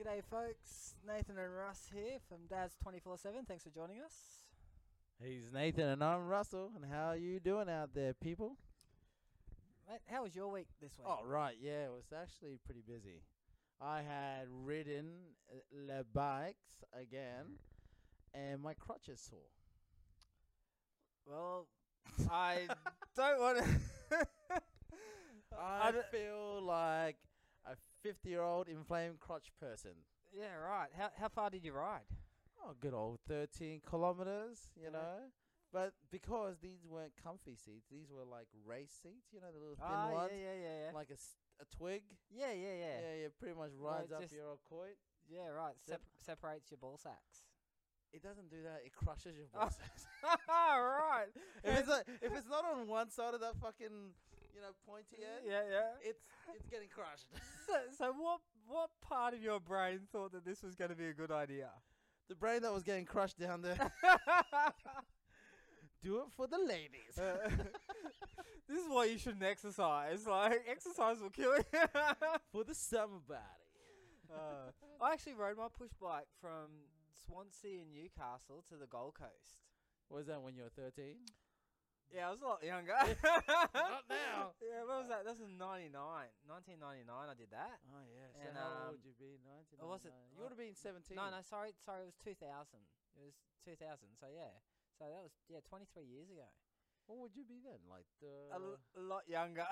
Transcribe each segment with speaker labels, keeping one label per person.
Speaker 1: G'day, folks. Nathan and Russ here from Dad's 24 7. Thanks for joining us.
Speaker 2: He's Nathan and I'm Russell. And how are you doing out there, people?
Speaker 1: Mate, how was your week this week?
Speaker 2: Oh, right. Yeah, it was actually pretty busy. I had ridden uh, the bikes again, and my crutch is sore.
Speaker 1: Well, I don't want to.
Speaker 2: I, feel like a 50 year old inflamed crotch person.
Speaker 1: Yeah, right. How, how far did you ride?
Speaker 2: Oh, good old 13 kilometers, you
Speaker 1: Yeah.
Speaker 2: know? But because these weren't comfy seats, these were like race seats, you know, the little thin
Speaker 1: Ah,
Speaker 2: ones,
Speaker 1: yeah, yeah, yeah. Yeah,
Speaker 2: like a, s- a twig.
Speaker 1: yeah, yeah. Yeah,
Speaker 2: Yeah. yeah, pretty much rides up
Speaker 1: just-
Speaker 2: your old coit.
Speaker 1: Yeah, right. Sep- separates your ball sacks.
Speaker 2: It doesn't do that. It crushes your
Speaker 1: Oh.
Speaker 2: balls.
Speaker 1: right.
Speaker 2: if it's like, if it's not on one side of that fucking you know pointy end,
Speaker 1: Yeah, yeah.
Speaker 2: it's it's getting crushed.
Speaker 1: So, so what what part of your brain thought that this was going to be a good idea?
Speaker 2: the brain that was getting crushed down there. Do it for the ladies.
Speaker 1: This is why you shouldn't exercise. Like exercise will kill you.
Speaker 2: for the summer body.
Speaker 1: Uh, I actually rode my push bike from Swansea and Newcastle to the Gold Coast.
Speaker 2: Was that when you were 13?
Speaker 1: Yeah, I was a lot younger.
Speaker 2: Not now.
Speaker 1: yeah, what was that? That was in 99. 1999 I did that.
Speaker 2: Oh yeah. So
Speaker 1: And,
Speaker 2: how
Speaker 1: um,
Speaker 2: old you be? 19.
Speaker 1: I wasn't-
Speaker 2: You would have been 17.
Speaker 1: No, no, sorry, sorry, it was 2000. It was 2000. So yeah. So that was yeah, 23 years ago. Uh,
Speaker 2: What would you be then? Like the
Speaker 1: A l- a lot younger.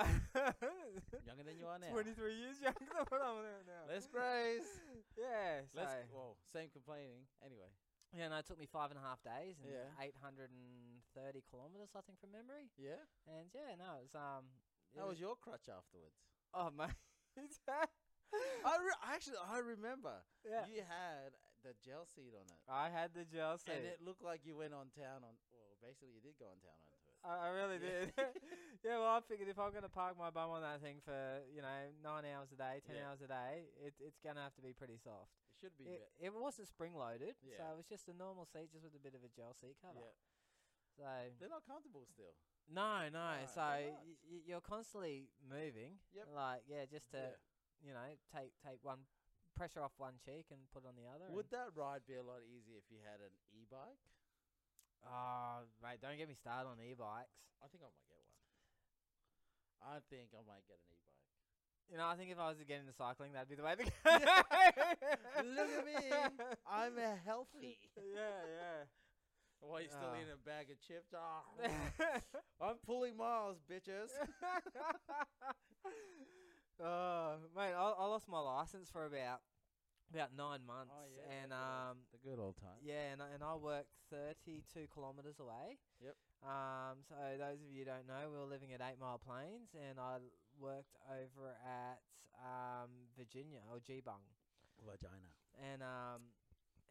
Speaker 2: younger than you are now.
Speaker 1: 23 years younger than what I'm now.
Speaker 2: Let's graze.
Speaker 1: yeah, so
Speaker 2: Let's. Whoa. Same complaining. Anyway.
Speaker 1: yeah, no, it took me five and a half days and
Speaker 2: Yeah.
Speaker 1: 830 kilometers, I think, from memory.
Speaker 2: Yeah.
Speaker 1: And yeah, no, it was um. it
Speaker 2: How was your crutch afterwards?
Speaker 1: Oh mate. Oh,
Speaker 2: I re- actually I remember
Speaker 1: yeah.
Speaker 2: you had the gel seat on it,
Speaker 1: I had the gel suit.
Speaker 2: and it looked like you went on town on. Well, basically you did go on town onto it.
Speaker 1: I, I really
Speaker 2: Yeah.
Speaker 1: did. yeah, well, I figured if I'm going to park my bum on that thing for you know nine hours a day, ten
Speaker 2: Yeah.
Speaker 1: hours a day, it, it's going to have to be pretty soft.
Speaker 2: It should be.
Speaker 1: It, it wasn't spring loaded,
Speaker 2: Yeah.
Speaker 1: so it was just a normal seat, just with a bit of a gel seat
Speaker 2: be-
Speaker 1: cover.
Speaker 2: yeah,
Speaker 1: So
Speaker 2: they're not comfortable still.
Speaker 1: no, no.
Speaker 2: No,
Speaker 1: so
Speaker 2: they're
Speaker 1: y-
Speaker 2: not.
Speaker 1: y- you're constantly moving.
Speaker 2: Yep.
Speaker 1: Like yeah, just to
Speaker 2: Yeah.
Speaker 1: you know take take one pressure off one cheek and put it on the other. and-
Speaker 2: Would that ride be a lot easier if you had an e-bike?
Speaker 1: Oh, mate, don't get me started on e-bikes.
Speaker 2: I think I might get one. I think I might get an e-bike.
Speaker 1: You know, I think if I was to get into cycling, that'd be the way to go.
Speaker 2: Look at me, I'm a healthy.
Speaker 1: yeah,
Speaker 2: Why you still
Speaker 1: Ah.
Speaker 2: eating a bag of chips? Ah,
Speaker 1: yeah.
Speaker 2: I'm pulling miles, bitches.
Speaker 1: oh, mate, I, I lost my license for about about nine months,
Speaker 2: Oh, yeah,
Speaker 1: and
Speaker 2: okay.
Speaker 1: um,
Speaker 2: the good old time.
Speaker 1: yeah, and I- and I worked thirty-two kilometers away.
Speaker 2: Yep.
Speaker 1: Um, so those of you who don't know, we were living at Eight Mile Plains, and I worked over at um Virginia or Gebung.
Speaker 2: Vagina.
Speaker 1: and um,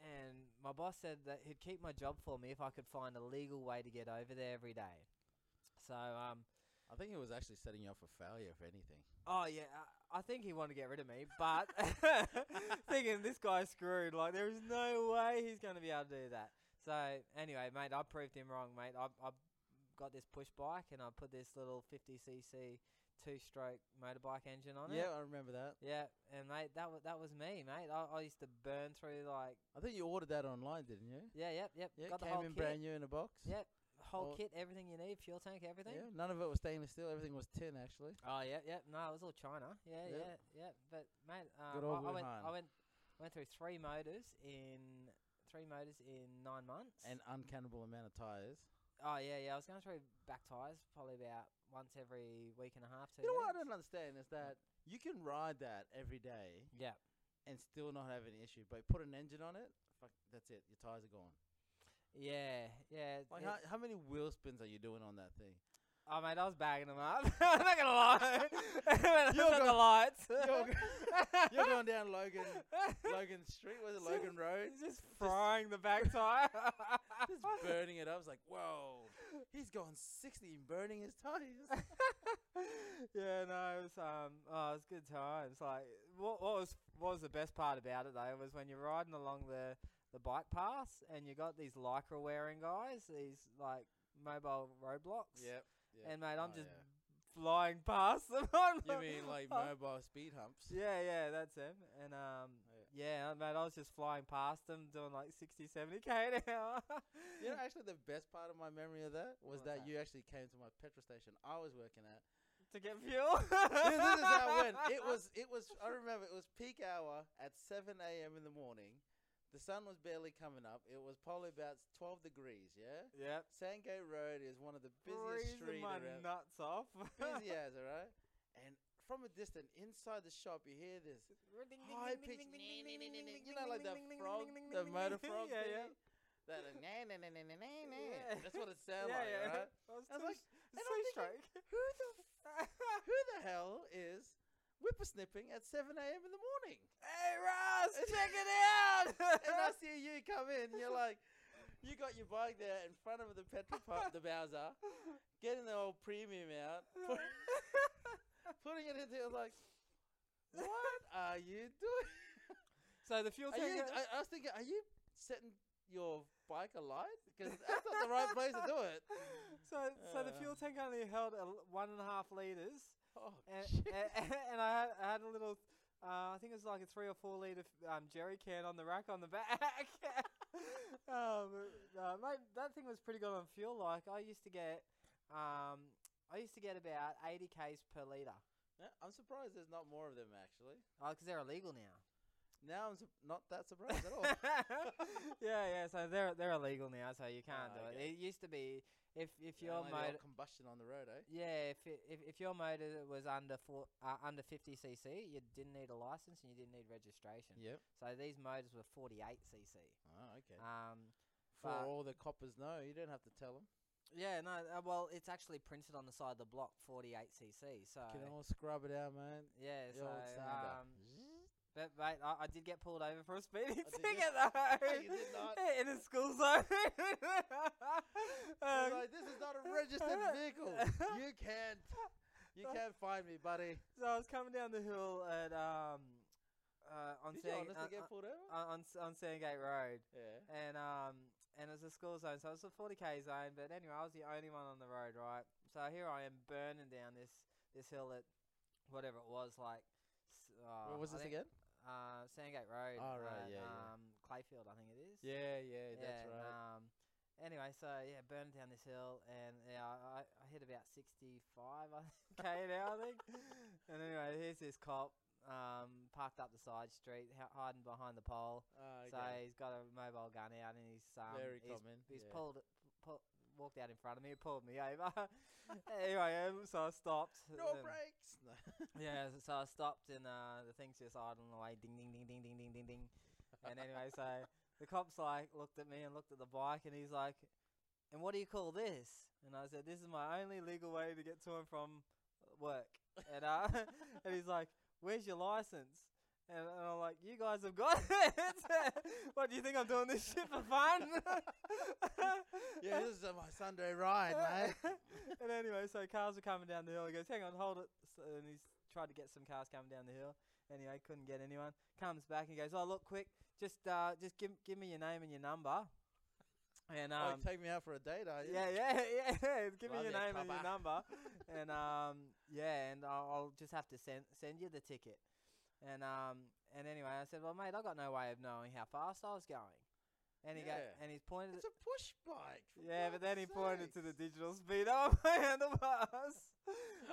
Speaker 1: and my boss said that he'd keep my job for me if I could find a legal way to get over there every day. So um,
Speaker 2: I think it was actually setting you up for failure, if anything.
Speaker 1: oh yeah, I, I think he wanted to get rid of me, but thinking this guy's screwed. Like there is no way he's going to be able to do that. So anyway, mate, I proved him wrong, mate. I I got this push bike and I put this little 50cc two-stroke motorbike engine on
Speaker 2: yeah,
Speaker 1: it.
Speaker 2: I remember that.
Speaker 1: Yeah, and mate, that was that was me, mate. I, I used to burn through like
Speaker 2: I think you ordered that online, didn't you?
Speaker 1: yeah, yep, yep.
Speaker 2: Yeah,
Speaker 1: got the
Speaker 2: came
Speaker 1: whole
Speaker 2: in
Speaker 1: kit.
Speaker 2: brand new in a box.
Speaker 1: Yep. Whole
Speaker 2: Or-
Speaker 1: kit, everything you need, fuel tank, everything.
Speaker 2: Yeah, none of it was stainless steel. Everything was tin, actually.
Speaker 1: Oh yeah, yeah. No, it was all China. Yeah,
Speaker 2: Yeah.
Speaker 1: yeah, yeah. But mate, um,
Speaker 2: Good
Speaker 1: I,
Speaker 2: old
Speaker 1: I went,
Speaker 2: Wuhan.
Speaker 1: I went, went through three motors in three motors in nine months.
Speaker 2: An uncannibal amount of tires.
Speaker 1: oh yeah, yeah. I was going through back tires probably about once every week and a half. Two
Speaker 2: You know what
Speaker 1: weeks.
Speaker 2: I don't understand is that you can ride that every day
Speaker 1: Yeah.
Speaker 2: and still not have any issue, but put an engine on it, fuck, that's it. Your tires are gone.
Speaker 1: Yeah, yeah.
Speaker 2: Like,
Speaker 1: it-
Speaker 2: how, how many wheel spins are you doing on that thing?
Speaker 1: oh mate, I was bagging them up. I'm not gonna lie. I
Speaker 2: You're
Speaker 1: was at the lights.
Speaker 2: You're, go- you're going down Logan, Logan Street. Was it Logan Road?
Speaker 1: just frying the back tire.
Speaker 2: Just burning it up. I was like, whoa, he's going 60 and burning his tires.
Speaker 1: yeah, no, it was um, oh, it was good times. Like, what, what was what was the best part about it though was when you're riding along the the bike paths and you got these lycra wearing guys, these like mobile roadblocks.
Speaker 2: Yep. yep.
Speaker 1: And mate, I'm
Speaker 2: Oh,
Speaker 1: just
Speaker 2: yeah.
Speaker 1: flying past them. On
Speaker 2: You mean like mobile speed humps?
Speaker 1: Yeah, yeah, that's him. And um,
Speaker 2: Oh, Yeah.
Speaker 1: Yeah, mate, I was just flying past them doing like 60, 70 k an hour.
Speaker 2: You know, actually, the best part of my memory of that was
Speaker 1: What's
Speaker 2: that,
Speaker 1: that?
Speaker 2: you actually came to my petrol station I was working at.
Speaker 1: to get fuel.
Speaker 2: this, this is how it went. It was, it was. I remember it was peak hour at 7 a.m. in the morning. The sun was barely coming up. It was probably about 12 degrees. Yeah.
Speaker 1: Yep.
Speaker 2: Sangay Road is one of the busiest
Speaker 1: Freezing
Speaker 2: streets
Speaker 1: my
Speaker 2: around.
Speaker 1: nuts off.
Speaker 2: Busy as, all right. And from a distance, inside the shop, you hear this high pitched, you know, like the frog, the motor frog.
Speaker 1: yeah, yeah.
Speaker 2: thingy? That uh, na- na- na- na- na- na- na.
Speaker 1: Yeah.
Speaker 2: That's what it
Speaker 1: Yeah,
Speaker 2: sounds like,
Speaker 1: yeah.
Speaker 2: right?
Speaker 1: I was
Speaker 2: I was
Speaker 1: too
Speaker 2: like,
Speaker 1: sh- so
Speaker 2: and I'm thinking,
Speaker 1: straight.
Speaker 2: Who the who the hell is whippersnipping at 7 a.m. in the morning?
Speaker 1: hey, Ross, check it out.
Speaker 2: And I see you come in, you're like, you got your bike there in front of the petrol pump, the Bowser, getting the old premium out, put, putting it into it, like, what are you doing?
Speaker 1: so the fuel
Speaker 2: Are you,
Speaker 1: tank.
Speaker 2: I, I was thinking, are you setting your bike alight? Because that's not the right place to do it.
Speaker 1: so, so the
Speaker 2: Uh.
Speaker 1: fuel tank only held a l- one and a half liters,
Speaker 2: Oh,
Speaker 1: and,
Speaker 2: shit.
Speaker 1: and, and I, had, I had a little, uh, I think it was like a three or four liter f- um, jerry can on the rack on the back. um, uh, mate, that thing was pretty good on fuel. Like I used to get, um, I used to get about eighty k's per liter,
Speaker 2: Yeah, I'm surprised there's not more of them, actually.
Speaker 1: because Oh, they're illegal now.
Speaker 2: Now I'm sup- not that surprised at all.
Speaker 1: yeah, yeah. So they're they're illegal now, so you can't
Speaker 2: Ah,
Speaker 1: do
Speaker 2: okay.
Speaker 1: it. It used to be if if your
Speaker 2: Yeah, only the old
Speaker 1: motor,
Speaker 2: combustion on the road, eh?
Speaker 1: yeah, if, it, if if your motor was under four uh, under fifty cc, you didn't need a license and you didn't need registration.
Speaker 2: Yep.
Speaker 1: So these motors were forty eight cc.
Speaker 2: Oh, okay.
Speaker 1: Um,
Speaker 2: For
Speaker 1: but-
Speaker 2: all the coppers know, you don't have to tell them.
Speaker 1: yeah, no. Uh, well, it's actually printed on the side of the block forty eight cc. So
Speaker 2: Can all scrub it out, man.
Speaker 1: yeah,
Speaker 2: The
Speaker 1: so
Speaker 2: old sander.
Speaker 1: um, But mate, I, I did get pulled over for a speeding
Speaker 2: Oh, did
Speaker 1: ticket
Speaker 2: you?
Speaker 1: though.
Speaker 2: You did not.
Speaker 1: In a school zone.
Speaker 2: I was
Speaker 1: Um,
Speaker 2: like, this is not a registered vehicle. you can't. You can't find me, buddy.
Speaker 1: so I was coming down the hill at um uh, on
Speaker 2: Did you
Speaker 1: Sang- uh,
Speaker 2: honestly get pulled
Speaker 1: uh,
Speaker 2: over?
Speaker 1: on S- on Sandgate Road,
Speaker 2: yeah.
Speaker 1: and um and it was a school zone, so it was a 40k zone. But anyway, I was the only one on the road, right? So here I am burning down this this hill at whatever it was like. s- Uh,
Speaker 2: what was
Speaker 1: I
Speaker 2: this
Speaker 1: think,
Speaker 2: again?
Speaker 1: Uh, Sandgate Road.
Speaker 2: Oh, right,
Speaker 1: at,
Speaker 2: yeah, yeah.
Speaker 1: um, Clayfield, I think it is.
Speaker 2: Yeah, yeah, that's
Speaker 1: and,
Speaker 2: right.
Speaker 1: Um, anyway, so yeah, burned down this hill, and yeah, I, I I hit about sixty-five I think, k an hour, I think. And anyway, here's this cop um, parked up the side street, h- hiding behind the pole.
Speaker 2: Ah,
Speaker 1: So
Speaker 2: okay.
Speaker 1: he's got a mobile gun out, and he's um,
Speaker 2: Very
Speaker 1: he's,
Speaker 2: common.
Speaker 1: he's
Speaker 2: yeah.
Speaker 1: pulled, pull, walked out in front of me, pulled me over. anyway, um, so I stopped.
Speaker 2: No
Speaker 1: and-
Speaker 2: brakes. No.
Speaker 1: yeah, s- so I stopped and uh, the thing's just idling away, ding, ding, ding, ding, ding, ding, ding, ding. And anyway, so the cop's like looked at me and looked at the bike and he's like, "And what do you call this?" And I said, "This is my only legal way to get to and from work." And uh, and he's like, "Where's your license?" And, and I'm like, "You guys have got it. what do you think I'm doing this shit for fun?"
Speaker 2: yeah, this is uh, my Sunday ride, mate.
Speaker 1: and anyway, so cars were coming down the hill. He goes, hang on, hold it. So, and he's tried to get some cars coming down the hill. Anyway, couldn't get anyone. Comes back and goes, oh, look, quick, just uh, just give, give me your name and your number. And
Speaker 2: Oh,
Speaker 1: um,
Speaker 2: you take me out for a date, are you?
Speaker 1: yeah, yeah, yeah, yeah. Give
Speaker 2: Love
Speaker 1: me your
Speaker 2: ya,
Speaker 1: name and your
Speaker 2: copper.
Speaker 1: number, and um, yeah, and I'll, I'll just have to send send you the ticket. And um, and anyway, I said, well, mate, I got no way of knowing how fast I was going. And he
Speaker 2: Yeah.
Speaker 1: go, and he's pointed.
Speaker 2: It's a push bike. for
Speaker 1: Yeah, but then he
Speaker 2: God's
Speaker 1: pointed to the
Speaker 2: sakes.
Speaker 1: digital speed Oh, up my handlebars.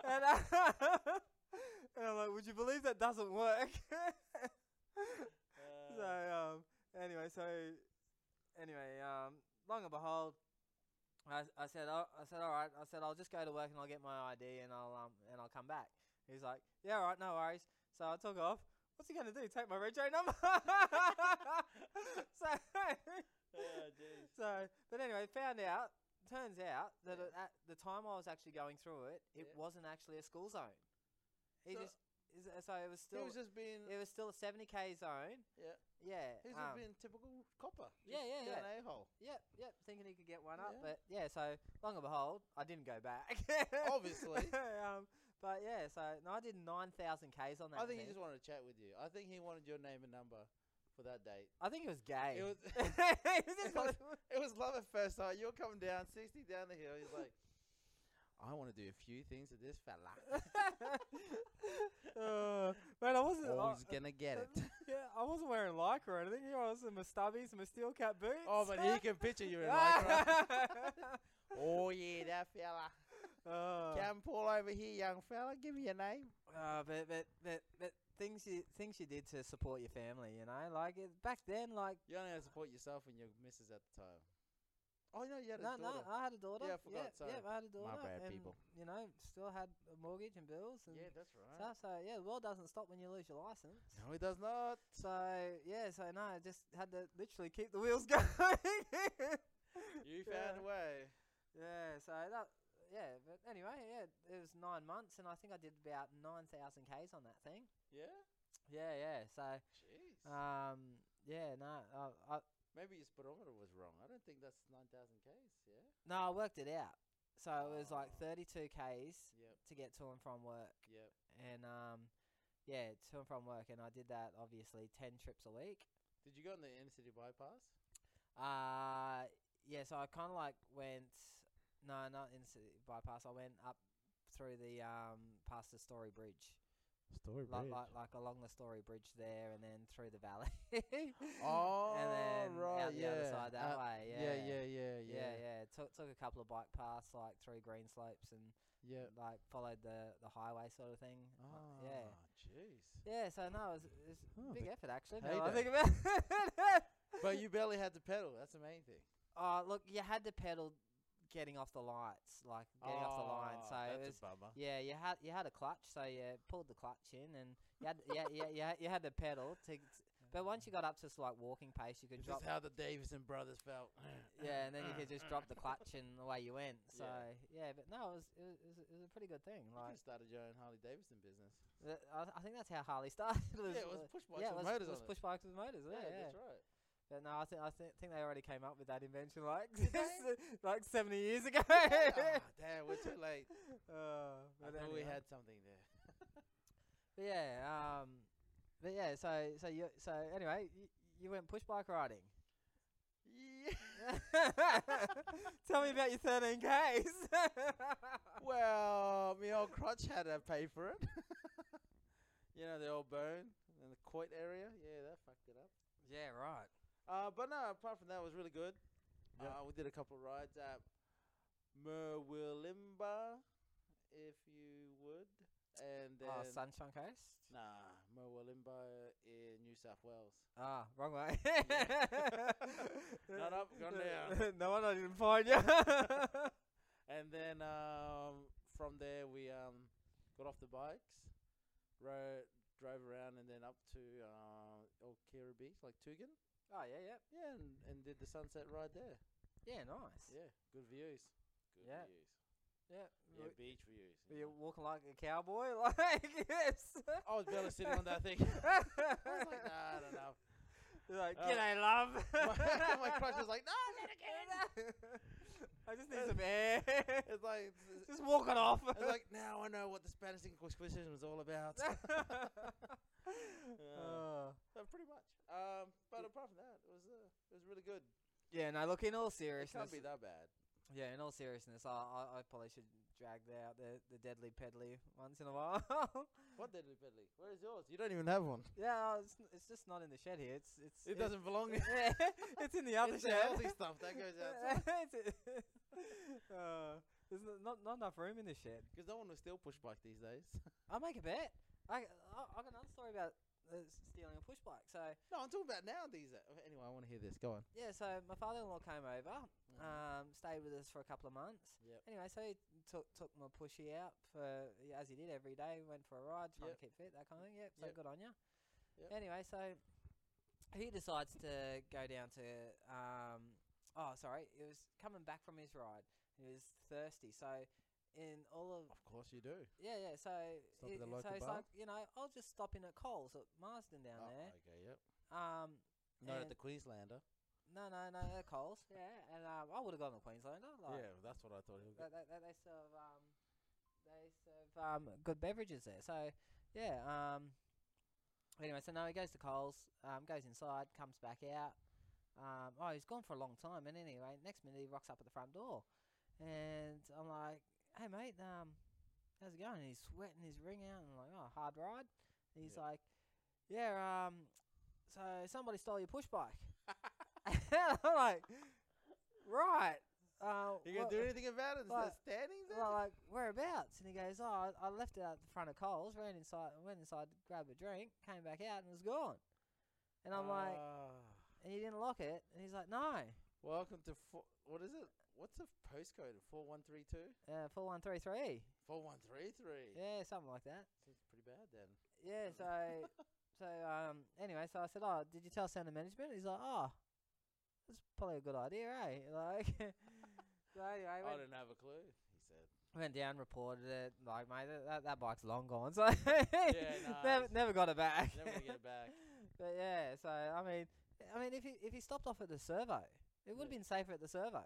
Speaker 1: And, I, and I'm like, would you believe that doesn't work? so,
Speaker 2: Uh,
Speaker 1: um, anyway, so, anyway, um, long and behold, I, I said, oh, I said, all right. I said, I'll just go to work and I'll get my ID and I'll, um, and I'll come back. He's like, yeah, all right, no worries. So I took off. What's he going to do? Take my rego number? so,
Speaker 2: oh, jeez.
Speaker 1: so, but anyway, found out. Turns out that
Speaker 2: Yeah.
Speaker 1: at the time I was actually going through it, it
Speaker 2: Yeah.
Speaker 1: wasn't actually a school zone. He
Speaker 2: So-
Speaker 1: just is- uh, so it was
Speaker 2: He
Speaker 1: still
Speaker 2: was just being
Speaker 1: it was still a seventy k zone.
Speaker 2: Yeah.
Speaker 1: yeah,
Speaker 2: He's
Speaker 1: um,
Speaker 2: been typical copper.
Speaker 1: yeah,
Speaker 2: just
Speaker 1: yeah,
Speaker 2: get An a hole.
Speaker 1: yep, yep. Thinking he could get one up,
Speaker 2: Yeah.
Speaker 1: but yeah. So long and behold, I didn't go back.
Speaker 2: Obviously.
Speaker 1: um, but yeah, so no, I did nine thousand k's on that.
Speaker 2: I think he
Speaker 1: thing.
Speaker 2: just wanted to chat with you. I think he wanted your name and number for that date.
Speaker 1: I think he was gay.
Speaker 2: It was
Speaker 1: He just
Speaker 2: it
Speaker 1: wanted-
Speaker 2: it was love at first sight. You're coming down sixty down the hill. He's like, I want to do a few things with this fella.
Speaker 1: Uh, man, I wasn't. I-
Speaker 2: Always gonna get it.
Speaker 1: yeah, I wasn't wearing lycra or anything. Here I was in my stubbies, and my steel cap boots.
Speaker 2: Oh, but he can picture you in lycra. oh yeah, that fella.
Speaker 1: Oh.
Speaker 2: Come pull over here, young fella. Give me your name.
Speaker 1: Uh, but, but but but things you things you did to support your family, you know, like it, back then, like
Speaker 2: You only had to support yourself and your missus at the time. Oh no, you had a
Speaker 1: no, no,
Speaker 2: daughter.
Speaker 1: I had a daughter.
Speaker 2: Yeah, I forgot,
Speaker 1: Yeah,
Speaker 2: sorry.
Speaker 1: yeah, I had a daughter.
Speaker 2: bad,
Speaker 1: and,
Speaker 2: people.
Speaker 1: You know, still had a mortgage and bills and
Speaker 2: Yeah, that's
Speaker 1: stuff.
Speaker 2: right.
Speaker 1: So yeah, the world doesn't stop when you lose your license.
Speaker 2: No, he does not.
Speaker 1: So yeah, so no, I just had to literally keep the wheels going. Yeah.
Speaker 2: You found a way.
Speaker 1: yeah, so that yeah, but anyway, yeah, it was nine months, and I think I did about nine thousand k's on that thing.
Speaker 2: Yeah.
Speaker 1: Yeah, yeah. So
Speaker 2: Jeez.
Speaker 1: um, yeah, no, I, I
Speaker 2: Maybe your speedometer was wrong. I don't think that's nine thousand k's. Yeah.
Speaker 1: No, I worked it out. So it was like
Speaker 2: Oh.
Speaker 1: 32 k's
Speaker 2: Yep.
Speaker 1: to get to and from work,
Speaker 2: Yep.
Speaker 1: and um, yeah, to and from work, and I did that obviously 10 trips a week.
Speaker 2: Did you go on the inner city bypass?
Speaker 1: Uh, yeah, so I kind of like went, no, not in ci- bypass. I went up through the um past the Story Bridge,
Speaker 2: Story
Speaker 1: Like, like like along the Story Bridge there, and then through the valley.
Speaker 2: Oh,
Speaker 1: and then
Speaker 2: right.
Speaker 1: out the
Speaker 2: yeah.
Speaker 1: other side that
Speaker 2: Uh,
Speaker 1: way.
Speaker 2: yeah. Yeah. Yeah.
Speaker 1: yeah,
Speaker 2: Yeah.
Speaker 1: yeah. Took took a couple of bike paths like through green slopes and.
Speaker 2: Yeah.
Speaker 1: like followed the the highway sort of thing.
Speaker 2: Oh,
Speaker 1: Uh, yeah.
Speaker 2: Jeez.
Speaker 1: Yeah, so no, it was, it was
Speaker 2: Oh,
Speaker 1: a big
Speaker 2: the
Speaker 1: effort actually. now I
Speaker 2: heyday.
Speaker 1: think about it.
Speaker 2: But you barely had to pedal. That's the main thing.
Speaker 1: oh, look, you had to pedal getting off the lights, like getting off the line.
Speaker 2: Oh,
Speaker 1: So
Speaker 2: that's
Speaker 1: it was
Speaker 2: a bummer.
Speaker 1: yeah, you had you had a clutch, so you pulled the clutch in, and you had yeah yeah you, had- you had to pedal to. But once you got up to s- like walking pace, you could
Speaker 2: This
Speaker 1: drop
Speaker 2: is how the Davison brothers felt.
Speaker 1: yeah, and then you could just drop the clutch and away you went. So
Speaker 2: Yeah.
Speaker 1: yeah, but no, it was it was, it was- it was a pretty good thing.
Speaker 2: You
Speaker 1: Like
Speaker 2: could have started your own Harley Davidson business.
Speaker 1: th- I, I think that's how Harley started. was,
Speaker 2: Yeah, it
Speaker 1: uh,
Speaker 2: was push bikes
Speaker 1: yeah, it
Speaker 2: with
Speaker 1: was,
Speaker 2: motors
Speaker 1: it was
Speaker 2: on it.
Speaker 1: push bikes with motors. Yeah, yeah.
Speaker 2: that's right.
Speaker 1: But no, I think I think think they already came up with that invention like
Speaker 2: Did they?
Speaker 1: like seventy years ago.
Speaker 2: Ah, damn, we're too late.
Speaker 1: Uh,
Speaker 2: I
Speaker 1: but
Speaker 2: thought
Speaker 1: anyway.
Speaker 2: we had something there.
Speaker 1: But yeah, um, but yeah. So so you so anyway, you, you went push bike riding. Tell me about your thirteen k's.
Speaker 2: well, my old crotch had to pay for it. you know, the old bone and the coit area. Yeah, that fucked it up.
Speaker 1: yeah, right.
Speaker 2: Uh, but no, apart from that, it was really good.
Speaker 1: Yep.
Speaker 2: Uh, we did a couple of rides at Merwillimba, if you would. And then,
Speaker 1: oh, Sunshine Coast.
Speaker 2: nah, Merwillimba in New South Wales.
Speaker 1: Ah, wrong way.
Speaker 2: Yeah. Not up, gone down.
Speaker 1: no wonder I didn't find you.
Speaker 2: And then um, from there, we um, got off the bikes, rode, drove around, and then up to uh, old Kira Beach, like Tugan.
Speaker 1: oh yeah, yeah,
Speaker 2: Yeah, and, and did the sunset ride there.
Speaker 1: yeah. Nice.
Speaker 2: Yeah, good views. Good
Speaker 1: Yeah.
Speaker 2: views.
Speaker 1: yeah.
Speaker 2: Yeah, beach views.
Speaker 1: Were
Speaker 2: yeah.
Speaker 1: you walking like a cowboy? Like, yes.
Speaker 2: I was barely sitting on that thing. I was like, nah, I don't know.
Speaker 1: You're like,
Speaker 2: Uh,
Speaker 1: g'day, love.
Speaker 2: My, my crush was like, no, not again.
Speaker 1: again. I just need some air.
Speaker 2: It's like, it's,
Speaker 1: just walking off.
Speaker 2: it's like now I know what the Spanish Inquisition was all about.
Speaker 1: Oh.
Speaker 2: Uh, pretty much. Um, but apart from that, it was uh, it was really good.
Speaker 1: yeah, no, look, in all
Speaker 2: It
Speaker 1: seriousness.
Speaker 2: can't be that bad.
Speaker 1: Yeah, in all seriousness, I, I, I probably should drag the, out the, the deadly peddly once in a while.
Speaker 2: What deadly piddly? Where is yours? You don't even have one.
Speaker 1: yeah, uh, it's, it's just not in the shed here. It's it's
Speaker 2: It doesn't belong. in
Speaker 1: it's in the other
Speaker 2: it's the
Speaker 1: shed.
Speaker 2: healthy stuff that goes outside.
Speaker 1: It's- uh, there's n- not not enough room in this shed.
Speaker 2: Because no one will still push bike these days.
Speaker 1: I'll make a bet. I I, I got another story about uh, stealing a push bike. So
Speaker 2: No, I'm talking about now these. da- Anyway, I want to hear this. Go on.
Speaker 1: yeah, so my father-in-law came over,
Speaker 2: Mm-hmm.
Speaker 1: um, stayed with us for a couple of months.
Speaker 2: Yep.
Speaker 1: Anyway, so he took took my pushy out for yeah, as he did every day. Went for a ride, trying
Speaker 2: Yep.
Speaker 1: to keep fit, that kind of thing. Yep. So
Speaker 2: Yep.
Speaker 1: good on you.
Speaker 2: Yep.
Speaker 1: Anyway, so he decides to go down to um, oh sorry, it was coming back from his ride. He was thirsty, so in all of
Speaker 2: Of course you do.
Speaker 1: yeah, yeah. So,
Speaker 2: Stop at
Speaker 1: it-
Speaker 2: the
Speaker 1: it-
Speaker 2: local
Speaker 1: so it's
Speaker 2: bar?
Speaker 1: like you know, I'll just stop in at Coles at Marsden down
Speaker 2: Oh,
Speaker 1: there.
Speaker 2: Okay. Yep.
Speaker 1: Um,
Speaker 2: Not at
Speaker 1: And-
Speaker 2: the Queenslander.
Speaker 1: no, no, no, at Coles. Yeah, and um, I would have gone to Queenslander. Like,
Speaker 2: yeah, that's what I thought. He'll
Speaker 1: they, they, they serve um, they serve um good beverages there. So yeah. Um, anyway, so now he goes to Coles, um, goes inside, comes back out. Um, oh, he's gone for a long time, and anyway, next minute he rocks up at the front door, and I'm like, "Hey, mate, um, how's it going?" And he's sweating his ring out, and I'm like, "Oh, hard ride." And he's
Speaker 2: Yeah.
Speaker 1: like, "Yeah, um, so somebody stole your push bike. And I'm like, right. Uh,
Speaker 2: You
Speaker 1: what-
Speaker 2: gonna do anything about it? Is there
Speaker 1: Like-
Speaker 2: standing
Speaker 1: well, like whereabouts? And he goes, "Oh, I, I left it out the front of Coles. Ran inside, went inside, to grab a drink, came back out, and was gone." And
Speaker 2: Ah.
Speaker 1: I'm like,
Speaker 2: Uh.
Speaker 1: "And you didn't lock it?" And he's like, "No."
Speaker 2: welcome to four, what is it? What's the postcode? Four one three two.
Speaker 1: Uh, four one three three.
Speaker 2: Four one three three.
Speaker 1: Yeah, something like that.
Speaker 2: Seems pretty bad then.
Speaker 1: Yeah. So, so um. Anyway, so I said, "Oh, did you tell Santa Management?" He's like, "Oh, that's probably a good idea, eh?" Like. so anyway,
Speaker 2: I
Speaker 1: went,
Speaker 2: didn't have a clue. He said.
Speaker 1: went down, reported it. Like, mate, that, that, that bike's long gone. So
Speaker 2: nah,
Speaker 1: never,
Speaker 2: it's-
Speaker 1: never got it back.
Speaker 2: Never gonna get it back.
Speaker 1: But yeah, so I mean, I mean, if he if he stopped off at the servo, it would have
Speaker 2: Yeah.
Speaker 1: been safer at the servo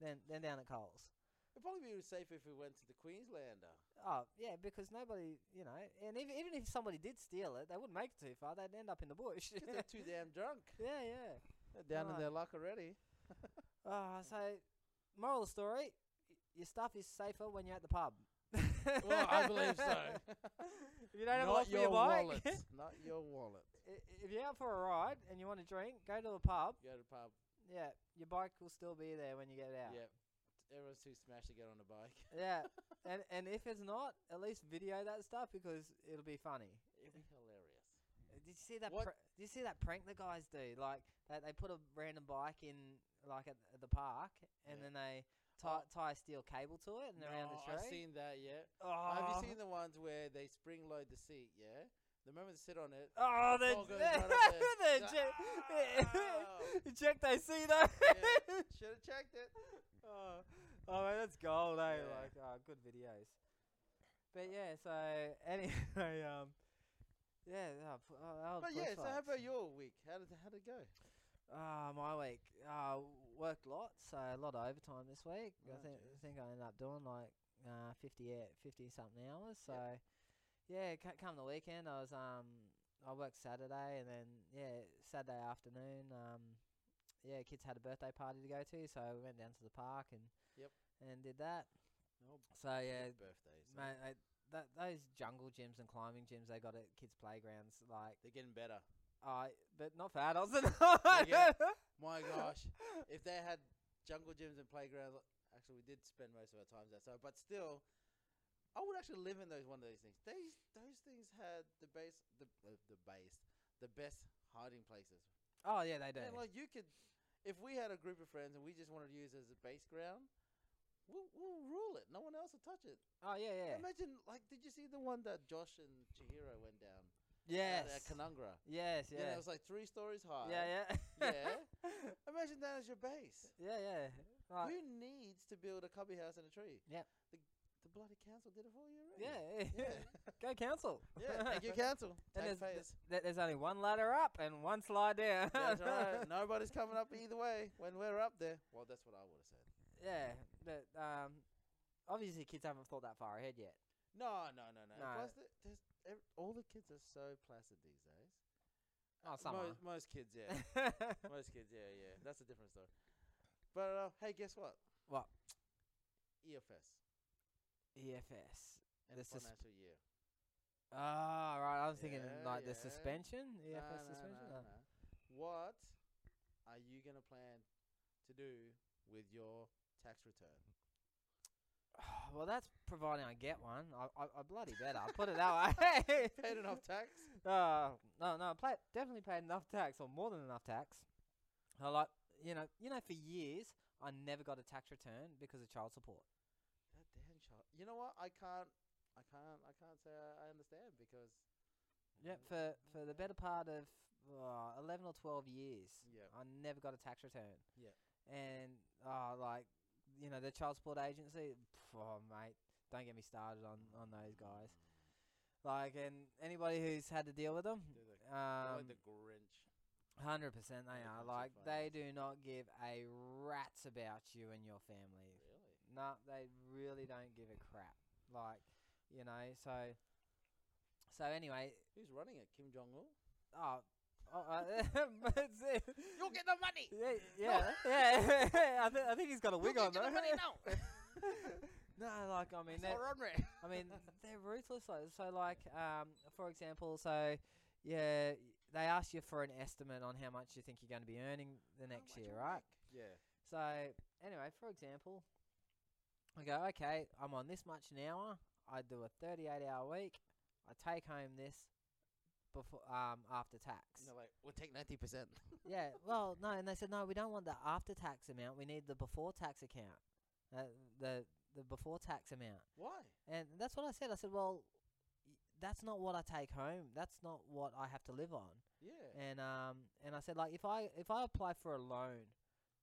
Speaker 1: than than down at Coles.
Speaker 2: It'd probably be safe if we went to the Queenslander.
Speaker 1: Oh yeah, because nobody, you know, and if, even if somebody did steal it, they wouldn't make it too far. They'd end up in the bush.
Speaker 2: 'Cause they're too damn drunk.
Speaker 1: yeah, yeah.
Speaker 2: They're down in
Speaker 1: Right.
Speaker 2: their luck already.
Speaker 1: Uh, so, moral of the story: y- your stuff is safer when you're at the pub.
Speaker 2: Well, Oh, I believe so.
Speaker 1: if you don't have a
Speaker 2: Not
Speaker 1: lock for
Speaker 2: your,
Speaker 1: your bike,
Speaker 2: wallet. Not your wallet.
Speaker 1: i- if you're out for a ride and you want a drink, go to the pub.
Speaker 2: Go to the pub.
Speaker 1: Yeah, your bike will still be there when you get out.
Speaker 2: Yep. Everyone's too smashed to get on a bike.
Speaker 1: Yeah, and and if it's not, at least video that stuff because it'll be funny.
Speaker 2: It'd be hilarious.
Speaker 1: Uh, Did you see that?
Speaker 2: What-
Speaker 1: Pr- did you see that prank the guys do? Like they, they put a random bike in like at, at the park, and
Speaker 2: Yeah.
Speaker 1: then they tie
Speaker 2: Oh.
Speaker 1: tie a steel cable to it and around the
Speaker 2: No,
Speaker 1: tree.
Speaker 2: I've seen that, yeah.
Speaker 1: oh,
Speaker 2: Have you seen the ones where they spring load the seat, yeah? The moment they sit on it,
Speaker 1: Oh, the
Speaker 2: ball goes right up
Speaker 1: the
Speaker 2: there?
Speaker 1: eject- eject they see though.
Speaker 2: Yeah. should have checked it.
Speaker 1: oh, oh man, that's gold, eh?
Speaker 2: Yeah.
Speaker 1: Like, oh, good videos. But yeah, so anyway, um, yeah, oh, p- oh, that was
Speaker 2: But yeah,
Speaker 1: bush
Speaker 2: so how
Speaker 1: lights.
Speaker 2: about your week? How did how did it go?
Speaker 1: Ah, my week. Uh, worked lots, so a lot of overtime this week. I
Speaker 2: Oh,
Speaker 1: think I
Speaker 2: jeez.
Speaker 1: think I ended up doing like uh, 50, hour- 50 something hours. So yeah, c- come the weekend, I was um, I worked Saturday and then yeah, Saturday afternoon. Um, yeah, kids had a birthday party to go to, so we went down to the park and
Speaker 2: Yep.
Speaker 1: and did that.
Speaker 2: No
Speaker 1: So Oh, yeah,
Speaker 2: birthdays. so
Speaker 1: mate, I, that, those jungle gyms and climbing gyms they got at kids' playgrounds, like,
Speaker 2: They're getting better.
Speaker 1: I but not for adults. and
Speaker 2: get- My gosh, if they had jungle gyms and playgrounds, actually we did spend most of our times outside, but still, I would actually live in those one of those things. These those things had the base, the uh, the base, the best hiding places.
Speaker 1: oh yeah, they do.
Speaker 2: And like you could, if we had a group of friends and we just wanted to use it as a base ground, we'll, we'll rule it. No one else will touch it.
Speaker 1: oh yeah, yeah.
Speaker 2: Imagine, like, did you see the one that Josh and Chihiro went down?
Speaker 1: Yes.
Speaker 2: At, at Canungra.
Speaker 1: yes.
Speaker 2: Yeah. And
Speaker 1: Yeah.
Speaker 2: it was like three stories high.
Speaker 1: Yeah. Yeah.
Speaker 2: Yeah. Imagine that as your base.
Speaker 1: yeah. Yeah. Like,
Speaker 2: Who needs to build a cubby house and a tree?
Speaker 1: Yep.
Speaker 2: The, the bloody council did it for you already.
Speaker 1: yeah. yeah. Go council.
Speaker 2: Yeah, thank you, council.
Speaker 1: And there's-
Speaker 2: Taxpayers.
Speaker 1: There- There's only one ladder up and one slide down.
Speaker 2: That's right. Nobody's coming up either way when we're up there. Well, that's what I would have said.
Speaker 1: yeah. But um, obviously kids haven't thought that far ahead yet.
Speaker 2: No, no, no, no.
Speaker 1: No.
Speaker 2: Plus, the, there's, ev- all the kids are so placid these days. Uh,
Speaker 1: Oh, some
Speaker 2: Mo-
Speaker 1: are.
Speaker 2: most, kids, yeah. most kids, yeah, yeah. That's a different story. But uh, hey, guess what?
Speaker 1: What?
Speaker 2: EFS.
Speaker 1: E EFS.
Speaker 2: And
Speaker 1: The susp-
Speaker 2: financial year.
Speaker 1: Ah, right. I was thinking
Speaker 2: Yeah,
Speaker 1: like
Speaker 2: yeah.
Speaker 1: the suspension. EFS
Speaker 2: No, no,
Speaker 1: suspension.
Speaker 2: no,
Speaker 1: No.
Speaker 2: no. What are you going to plan to do with your tax return?
Speaker 1: Oh, Well, that's providing I get one. I, I, I bloody better. I'll put it that way.
Speaker 2: Paid enough tax?
Speaker 1: Uh, no, no, I pay, definitely paid enough tax or more than enough tax. I like, you know, you know, for years I never got a tax return because of child support.
Speaker 2: That damn child. You know what? I can't. I can't. I can't say I, I understand because.
Speaker 1: Yep. For for the better part of uh, eleven or twelve years,
Speaker 2: Yeah.
Speaker 1: I never got a tax return.
Speaker 2: Yeah.
Speaker 1: And uh, like, you know, the child support agency. pff, Oh, mate, don't get me started on on those guys. Like, and anybody who's had to deal with them.
Speaker 2: They're like- they're
Speaker 1: Um,
Speaker 2: like the Grinch.
Speaker 1: Hundred percent, they are.
Speaker 2: Yeah, that's your
Speaker 1: Like they
Speaker 2: finance.
Speaker 1: do not give a rat's about you and your family.
Speaker 2: Really?
Speaker 1: No, they really don't give a crap. Like, you know. So, so anyway,
Speaker 2: Who's running it? Kim Jong Un.
Speaker 1: oh, oh uh, that's it.
Speaker 2: You'll get the money.
Speaker 1: yeah, yeah, yeah. I, th- I think he's got a wig on
Speaker 2: You'll get
Speaker 1: though.
Speaker 2: the money now.
Speaker 1: no, like I mean,
Speaker 2: It's
Speaker 1: they're-
Speaker 2: honorary.
Speaker 1: I mean, they're ruthless. Like, so, like, um, for example, so yeah, they ask you for an estimate on how much you think you're going to be earning the next year, right?
Speaker 2: Yeah.
Speaker 1: So anyway, for example, I go, okay, I'm on this much an hour. I do a 38 hour week. I take home this before um after tax.
Speaker 2: And they're like, we'll take ninety percent.
Speaker 1: Yeah, well, no, and they said no, we don't want the after tax amount. We need the before tax account, uh, the the before tax amount.
Speaker 2: Why?
Speaker 1: And that's what I said. I said, well, y- that's not what I take home. That's not what I have to live on.
Speaker 2: Yeah.
Speaker 1: And um, and I said like if I if I apply for a loan,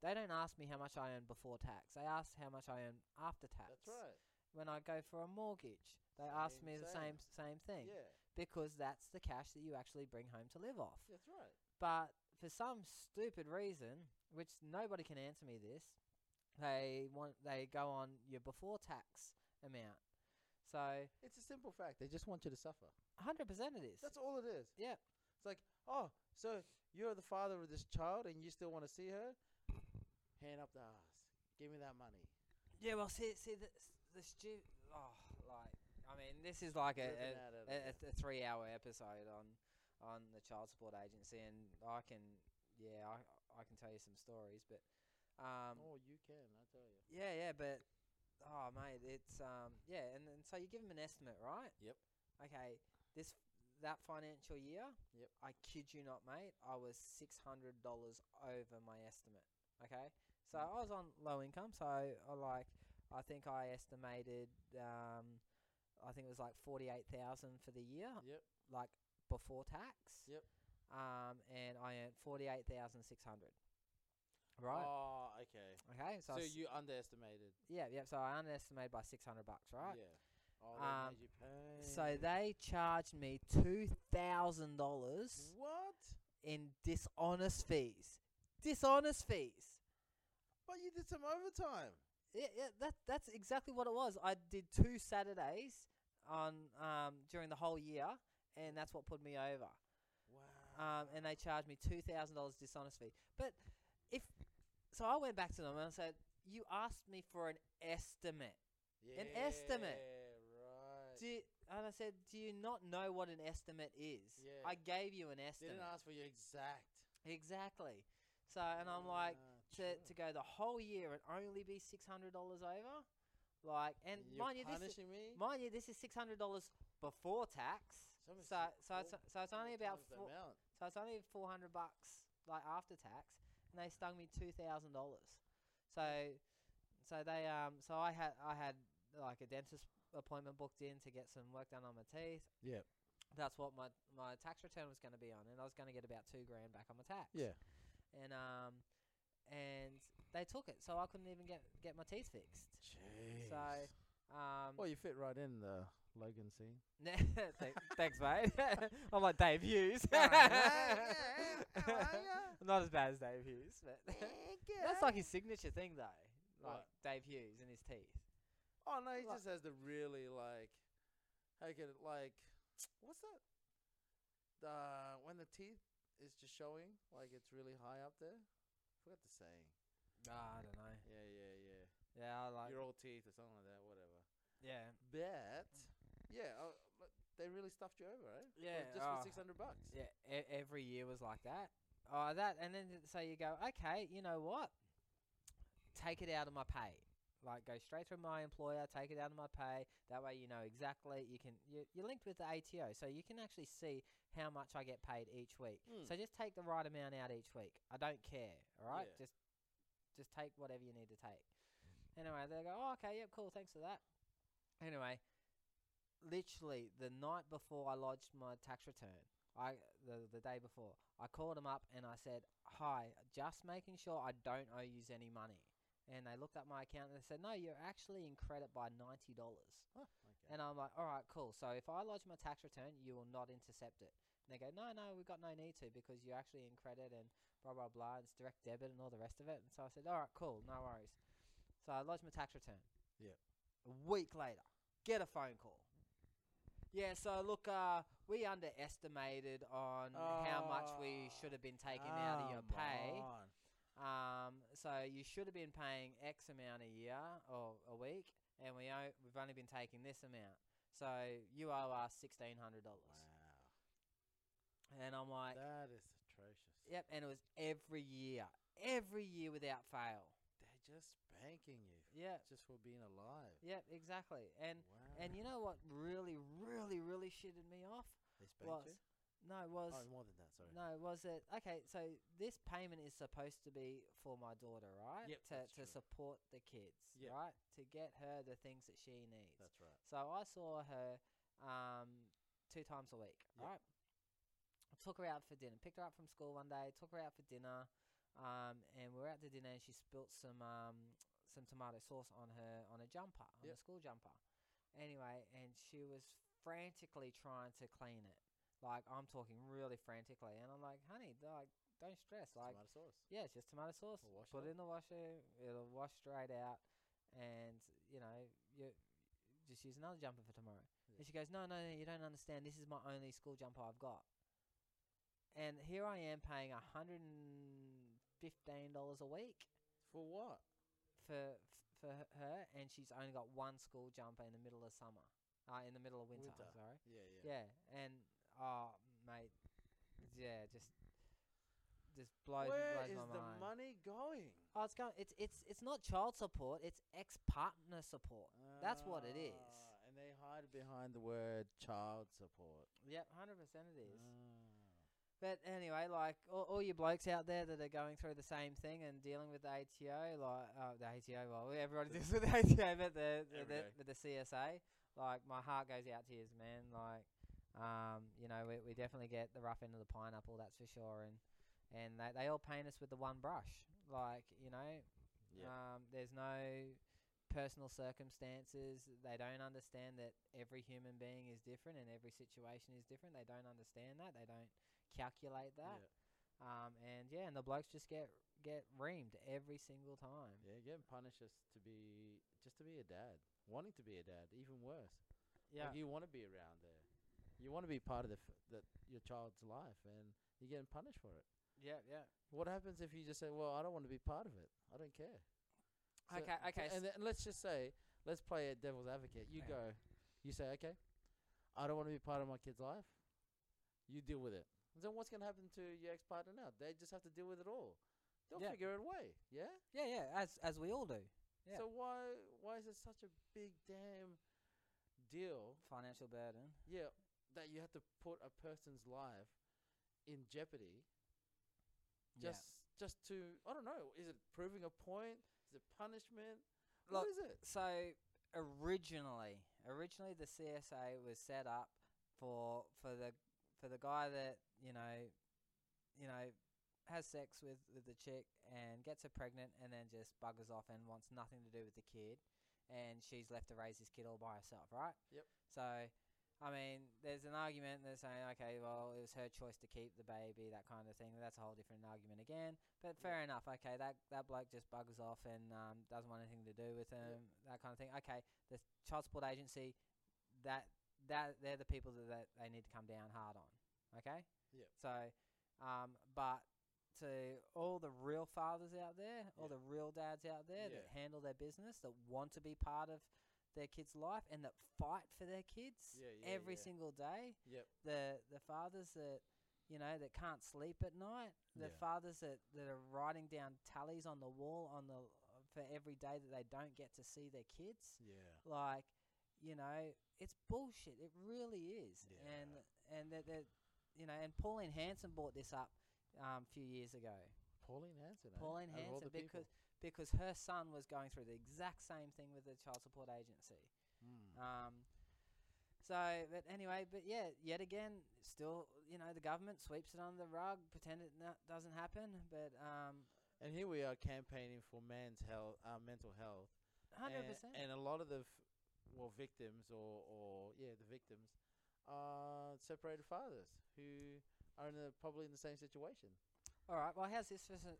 Speaker 1: they don't ask me how much I earn before tax. They ask how much I earn after tax.
Speaker 2: That's right.
Speaker 1: When I go for a mortgage, they ask me
Speaker 2: Same,
Speaker 1: the same same
Speaker 2: same.
Speaker 1: thing
Speaker 2: Yeah.
Speaker 1: because that's the cash that you actually bring home to live off.
Speaker 2: That's right.
Speaker 1: But for some stupid reason, which nobody can answer me this, they want they go on your before tax amount. So
Speaker 2: It's a simple fact. They just want you to suffer.
Speaker 1: hundred percent it is.
Speaker 2: That's all it is.
Speaker 1: Yeah.
Speaker 2: It's like, oh, so you're the father of this child and you still want to see her? Hand up the ass. Give me that money.
Speaker 1: yeah, well, see, see the the stu- Oh, like I mean, this is like a
Speaker 2: Ripping
Speaker 1: a,
Speaker 2: out of
Speaker 1: a,
Speaker 2: it.
Speaker 1: a three hour episode on on the child support agency, and I can yeah, I I can tell you some stories, but um,
Speaker 2: oh, you can, I tell you.
Speaker 1: Yeah, yeah, but oh mate, it's um yeah, and then so you give them an estimate, right?
Speaker 2: Yep.
Speaker 1: Okay, this that financial year.
Speaker 2: Yep.
Speaker 1: I kid you not, mate. I was six hundred dollars over my estimate. Okay, so
Speaker 2: Mm.
Speaker 1: I was on low income, so I like I think I estimated um I think it was like forty eight thousand for the year.
Speaker 2: Yep.
Speaker 1: Like before tax.
Speaker 2: Yep.
Speaker 1: Um, and I earned forty eight thousand six hundred. Right.
Speaker 2: Oh, okay.
Speaker 1: Okay, so,
Speaker 2: So
Speaker 1: I s-
Speaker 2: you underestimated.
Speaker 1: yeah, yeah. So I underestimated by six hundred bucks, right?
Speaker 2: Yeah. Oh, they
Speaker 1: Um,
Speaker 2: made you pay.
Speaker 1: So they charged me two thousand dollars
Speaker 2: What?
Speaker 1: in dishonest fees. Dishonest fees.
Speaker 2: But you did some overtime.
Speaker 1: Yeah, yeah. That that's exactly what it was. I did two Saturdays on um during the whole year, and that's what put me over.
Speaker 2: Wow.
Speaker 1: Um, and they charged me two thousand dollars dishonest fee. But if so, I went back to them and I said, "You asked me for an estimate."
Speaker 2: yeah,
Speaker 1: an estimate.
Speaker 2: Right.
Speaker 1: Do you, and I said, "Do you not know what an estimate is?
Speaker 2: Yeah.
Speaker 1: I gave you an
Speaker 2: They
Speaker 1: estimate
Speaker 2: didn't ask for your exact.
Speaker 1: exactly." So, and I'm like,
Speaker 2: Ah,
Speaker 1: to,
Speaker 2: sure.
Speaker 1: to go the whole year and only be six hundred dollars over, like, and
Speaker 2: You're
Speaker 1: mind you, this is,
Speaker 2: punishing me.
Speaker 1: mind you, this is six hundred dollars before tax.
Speaker 2: So it's
Speaker 1: So,
Speaker 2: like
Speaker 1: so it's,
Speaker 2: four-
Speaker 1: so it's
Speaker 2: four
Speaker 1: only about
Speaker 2: times the
Speaker 1: four,
Speaker 2: amount.
Speaker 1: so it's only four hundred bucks like after tax, and they stung me two thousand dollars. So, so they um, so I had I had like a dentist appointment booked in to get some work done on my teeth.
Speaker 2: Yep.
Speaker 1: That's what my my tax return was going to be on, and I was going to get about two grand back on my tax.
Speaker 2: Yeah.
Speaker 1: And um, and they took it, so I couldn't even get get my teeth fixed.
Speaker 2: Jeez.
Speaker 1: So, um,
Speaker 2: well, you fit right in the Logan scene.
Speaker 1: Thank- thanks, mate. I'm like Dave Hughes. I'm not as bad as Dave Hughes, but that's like his signature thing, though. Like
Speaker 2: What?
Speaker 1: Dave Hughes and his teeth.
Speaker 2: Oh no, he
Speaker 1: like-
Speaker 2: just has the really like. How could it like? What's that? The when the teeth is just showing, like it's really high up there. forgot the saying.
Speaker 1: Ah, I don't know.
Speaker 2: Yeah, yeah, yeah.
Speaker 1: Yeah, I like.
Speaker 2: Your old teeth or something like that. Whatever.
Speaker 1: yeah,
Speaker 2: But yeah, uh, but they really stuffed you over, right?
Speaker 1: Yeah,
Speaker 2: just
Speaker 1: oh.
Speaker 2: for six hundred bucks.
Speaker 1: yeah. E- every year was like that. Oh, that, and then so you go, okay, you know what? Take it out of my pay. Like, go straight through my employer. Take it out of my pay. That way, you know exactly. You can you, you're linked with the ATO, so you can actually see how much I get paid each week.
Speaker 2: Mm.
Speaker 1: So just take the right amount out each week. I don't care. All right,
Speaker 2: Yeah.
Speaker 1: just just take whatever you need to take. Anyway, they go, oh, okay, yep, cool, thanks for that. Anyway, literally the night before I lodged my tax return, I the the day before, I called them up and I said, hi, just making sure I don't owe you any money. And they looked at my account and they said, no, you're actually in credit by ninety dollars.
Speaker 2: Huh, okay.
Speaker 1: And I'm like, all right, cool. So if I lodge my tax return, you will not intercept it. And they go, no, no, we've got no need to because you're actually in credit and blah, blah, blah. It's direct debit and all the rest of it. And so I said, all right, cool, no worries. So I lodged my tax return.
Speaker 2: Yeah.
Speaker 1: A week later, get a phone call. Yeah, so look, uh, we underestimated on how much we
Speaker 2: Oh,
Speaker 1: should have been taking out of your
Speaker 2: Come
Speaker 1: pay.
Speaker 2: on.
Speaker 1: Um, so you should have been paying X amount a year or a week, and we o- we've only been taking this amount. So you owe us sixteen hundred dollars.
Speaker 2: Wow.
Speaker 1: And I'm like,
Speaker 2: that is atrocious.
Speaker 1: yep. And it was every year, every year without fail.
Speaker 2: They're just spanking you
Speaker 1: Yep,
Speaker 2: just for being alive.
Speaker 1: yep, exactly. And
Speaker 2: wow.
Speaker 1: and you know what really, really, really shitted me off
Speaker 2: they
Speaker 1: was
Speaker 2: spanked you?
Speaker 1: no it was
Speaker 2: Oh, more than that, sorry.
Speaker 1: No, was it okay? So this payment is supposed to be for my daughter, right?
Speaker 2: Yep,
Speaker 1: to
Speaker 2: that's
Speaker 1: to
Speaker 2: true.
Speaker 1: support the kids,
Speaker 2: Yep.
Speaker 1: right? To get her the things that she needs.
Speaker 2: That's right.
Speaker 1: so I saw her um, two times a week,
Speaker 2: Yep.
Speaker 1: right? I took her out for dinner. Picked her up from school one day. Took her out for dinner, um, and we were out to dinner, and she spilt some um, some tomato sauce on her on a jumper, on a
Speaker 2: Yep.
Speaker 1: school jumper. Anyway, and she was frantically trying to clean it. Like I'm talking really frantically, and I'm like, "Honey, like don't stress. Like,
Speaker 2: Tomato sauce.
Speaker 1: yeah, it's just tomato sauce.
Speaker 2: Or wash it
Speaker 1: Put
Speaker 2: up."
Speaker 1: it in the washer. It'll wash straight out, and you know, you just use another jumper for tomorrow." And
Speaker 2: Yeah.
Speaker 1: she goes, "No, no, no, you don't understand. This is my only school jumper I've got." And here I am paying a hundred and fifteen dollars a week
Speaker 2: For what?
Speaker 1: for for h- her, and she's only got one school jumper in the middle of summer, uh, in the middle of winter.
Speaker 2: Winter.
Speaker 1: Sorry.
Speaker 2: Yeah, yeah.
Speaker 1: Yeah, and oh, mate, yeah, just just blows,
Speaker 2: Where
Speaker 1: blows
Speaker 2: is
Speaker 1: my
Speaker 2: the
Speaker 1: mind.
Speaker 2: money going?
Speaker 1: Oh, it's going. It's it's it's not child support. It's ex partner support. That's what it is.
Speaker 2: Ah, And they hide behind the word child support.
Speaker 1: Yep, hundred percent it is.
Speaker 2: Ah.
Speaker 1: Mm. But anyway, like all, all you blokes out there that are going through the same thing and dealing with the ATO, like uh, the ATO, well, everybody deals with the ATO, but the the,
Speaker 2: Every
Speaker 1: the,
Speaker 2: day.
Speaker 1: but the CSA, like my heart goes out to you, man. Like, um, you know, we, we definitely get the rough end of the pineapple, that's for sure, and and they they all paint us with the one brush. Like, you know,
Speaker 2: Yeah.
Speaker 1: um, there's no personal circumstances. They don't understand that every human being is different and every situation is different. They don't understand that. They don't calculate that.
Speaker 2: Ah, yeah.
Speaker 1: Um, and yeah, and the blokes just get get reamed every single time.
Speaker 2: Yeah, getting punished just to be just to be a dad. Wanting to be a dad, even worse.
Speaker 1: Yeah,
Speaker 2: Like you want to be around there. You want to be part of the f- that your child's life, and you're getting punished for it.
Speaker 1: yeah, yeah.
Speaker 2: What happens if you just say, "Well, I don't want to be part of it. I don't care." So-
Speaker 1: okay,
Speaker 2: so-
Speaker 1: okay.
Speaker 2: And, then let's just say, let's play a devil's advocate. You
Speaker 1: Hang
Speaker 2: go. You say, "Okay, I don't want to be part of my kid's life." You deal with it. And then what's going to happen to your ex-partner now? They just have to deal with it all. They'll
Speaker 1: Yeah.
Speaker 2: figure it way. Yeah.
Speaker 1: yeah, yeah. As as we all do. Yeah.
Speaker 2: So why why is it such a big damn deal?
Speaker 1: Financial burden.
Speaker 2: Yeah, that you have to put a person's life in jeopardy just just to I don't know. Is it proving a point? Is it punishment? what
Speaker 1: Look,
Speaker 2: is it?
Speaker 1: So originally, originally the CSA was set up for for the for the guy that you know, you know, has sex with with the chick and gets her pregnant and then just buggers off and wants nothing to do with the kid, and she's left to raise this kid all by herself, right?
Speaker 2: Yep.
Speaker 1: So. I mean, there's an argument that's saying, okay, well, it was her choice to keep the baby, that kind of thing. That's a whole different argument again. But fair enough. Okay, that that bloke just buggers off and um, doesn't want anything to do with him. That kind of thing. Okay, the child support agency, that that they're the people that, that they need to come down hard on. Okay.
Speaker 2: Yep.
Speaker 1: So, um, but to all the real fathers out there, all
Speaker 2: Yeah.
Speaker 1: the real dads out there that
Speaker 2: Yeah.
Speaker 1: handle their business, that want to be part of their kids' life and that fight for their kids
Speaker 2: Yeah, yeah,
Speaker 1: every
Speaker 2: yeah.
Speaker 1: single day
Speaker 2: Yep.
Speaker 1: the the fathers that you know that can't sleep at night, the
Speaker 2: Yeah.
Speaker 1: fathers that, that are writing down tallies on the wall on the for every day that they don't get to see their kids.
Speaker 2: Yeah.
Speaker 1: Like, you know, it's bullshit. It really is.
Speaker 2: Yeah.
Speaker 1: And and that that you know, and Pauline Hanson brought this up um, a few years ago.
Speaker 2: Pauline Hanson. eh?
Speaker 1: Pauline
Speaker 2: Out of all
Speaker 1: Hanson
Speaker 2: the people.
Speaker 1: because because her son was going through the exact same thing with the child support agency.
Speaker 2: Mm.
Speaker 1: Um, so, but anyway, but yeah, yet again, still, you know, the government sweeps it under the rug, pretend it no- doesn't happen, but um,
Speaker 2: and here we are campaigning for man's health, uh, mental health.
Speaker 1: 100%.
Speaker 2: And, and a lot of the, f- well, victims or, or yeah, the victims are separated fathers who are in the, probably in the same situation.
Speaker 1: All right, well, how's this for some,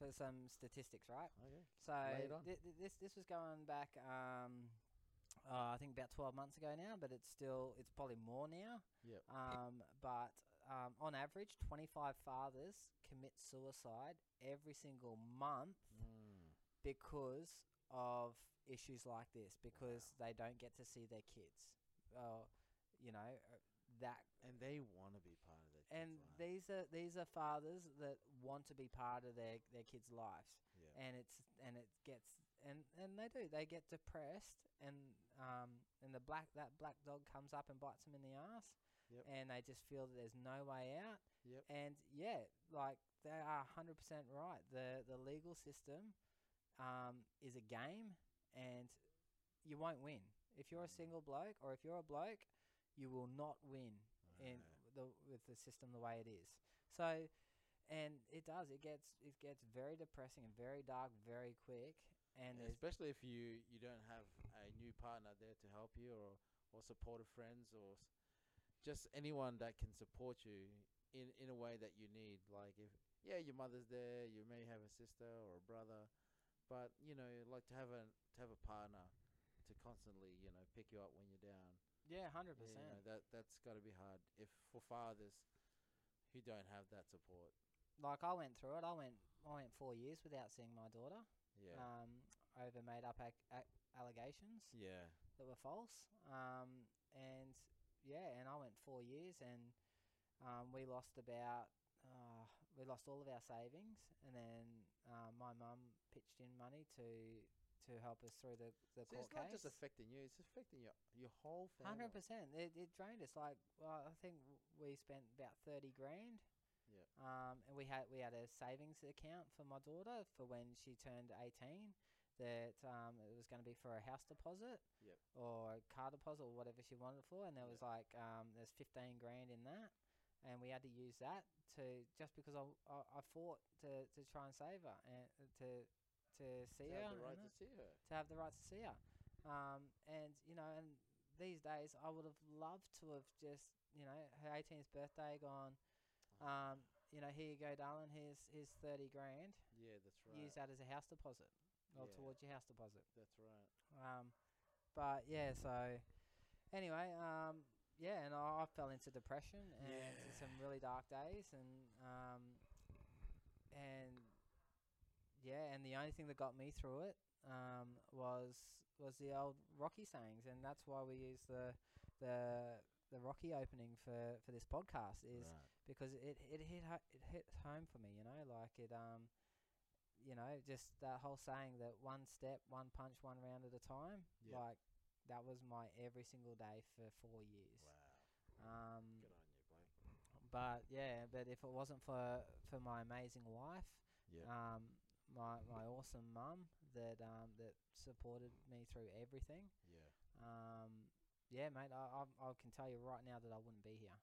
Speaker 1: for some statistics, right?
Speaker 2: Okay.
Speaker 1: So,
Speaker 2: it on.
Speaker 1: thi- thi- this this was going back, um, uh, I think about 12 months ago now, but it's still, it's probably more now.
Speaker 2: Yep.
Speaker 1: Um, but um, on average, 25 fathers commit suicide every single month.
Speaker 2: Mm.
Speaker 1: because of issues like this because they don't get to see their kids or you know uh, that
Speaker 2: And they want to be part of their kids'
Speaker 1: and
Speaker 2: life.
Speaker 1: these are these are fathers that want to be part of their their kids' lives,
Speaker 2: yeah.
Speaker 1: and it's and it gets and and they do they get depressed, and um and the black that black dog comes up and bites them in the ass,
Speaker 2: Yep.
Speaker 1: and they just feel that there's no way out,
Speaker 2: Yep.
Speaker 1: and yeah, like they are hundred percent right. the The legal system um is a game, and you won't win if you're a
Speaker 2: Mm.
Speaker 1: single bloke or if you're a bloke, you will not win in
Speaker 2: Uh,
Speaker 1: the with the system the way it is. So, and it does. It gets it gets very depressing and very dark very quick. And
Speaker 2: and
Speaker 1: there's
Speaker 2: especially if you you don't have a new partner there to help you or or supportive friends or s- just anyone that can support you in in a way that you need like if yeah your mother's there you may have a sister or a brother but you know like to have a to have a partner to constantly you know pick you up when you're down
Speaker 1: yeah, hundred
Speaker 2: you know,
Speaker 1: percent.
Speaker 2: that that's got to be hard if for fathers who don't have that support
Speaker 1: Like I went through it. I went I went four years without seeing my daughter.
Speaker 2: yeah
Speaker 1: Um, over made up ac- ac- allegations
Speaker 2: yeah
Speaker 1: that were false. Um, and yeah, and I went four years, and um, we lost about uh, we lost all of our savings, and then uh, my mum pitched in money to to help us through the the
Speaker 2: so
Speaker 1: court
Speaker 2: it's not
Speaker 1: case.
Speaker 2: just affecting you it's affecting your your whole family
Speaker 1: Hundred percent. It it drained us. Like well, I think w- we spent about thirty grand.
Speaker 2: Yep.
Speaker 1: Um, and we had we had a savings account for my daughter for when she turned eighteen. That um, it was going to be for a house deposit.
Speaker 2: Yep.
Speaker 1: Or a car deposit or whatever she wanted it for, and there
Speaker 2: Yep.
Speaker 1: was like um, there's fifteen grand in that, and we had to use that to just because I I, I fought to, to try and save her and uh, to to see
Speaker 2: to
Speaker 1: her
Speaker 2: have
Speaker 1: and
Speaker 2: the right
Speaker 1: that
Speaker 2: to see her
Speaker 1: to have the right to see her. Um, and you know, and these days I would have loved to have just you know her 18th birthday gone. Um, you know, here you go, darling. Here's here's 30 grand.
Speaker 2: Yeah, that's right.
Speaker 1: Use that as a house deposit or
Speaker 2: Yeah.
Speaker 1: towards your house deposit.
Speaker 2: That's right.
Speaker 1: Um, but yeah, so anyway, um, yeah, and I, I fell into depression and
Speaker 2: Yeah.
Speaker 1: some really dark days, and um, and yeah, and the only thing that got me through it um, was was the old Rocky sayings, and that's why we use the the the Rocky opening for for this podcast is because it it hit ho- it hit home for me, you know, like it um, you know, just that whole saying that one step, one punch, one round at a time.
Speaker 2: Yeah.
Speaker 1: Like that was my every single day for four years.
Speaker 2: Wow.
Speaker 1: Um,
Speaker 2: Good on you, Blake.
Speaker 1: but yeah, but if it wasn't for for my amazing wife,
Speaker 2: Yeah.
Speaker 1: um, my my awesome mum that um that supported me through everything,
Speaker 2: yeah.
Speaker 1: um, yeah, mate, I, I I can tell you right now that I wouldn't be here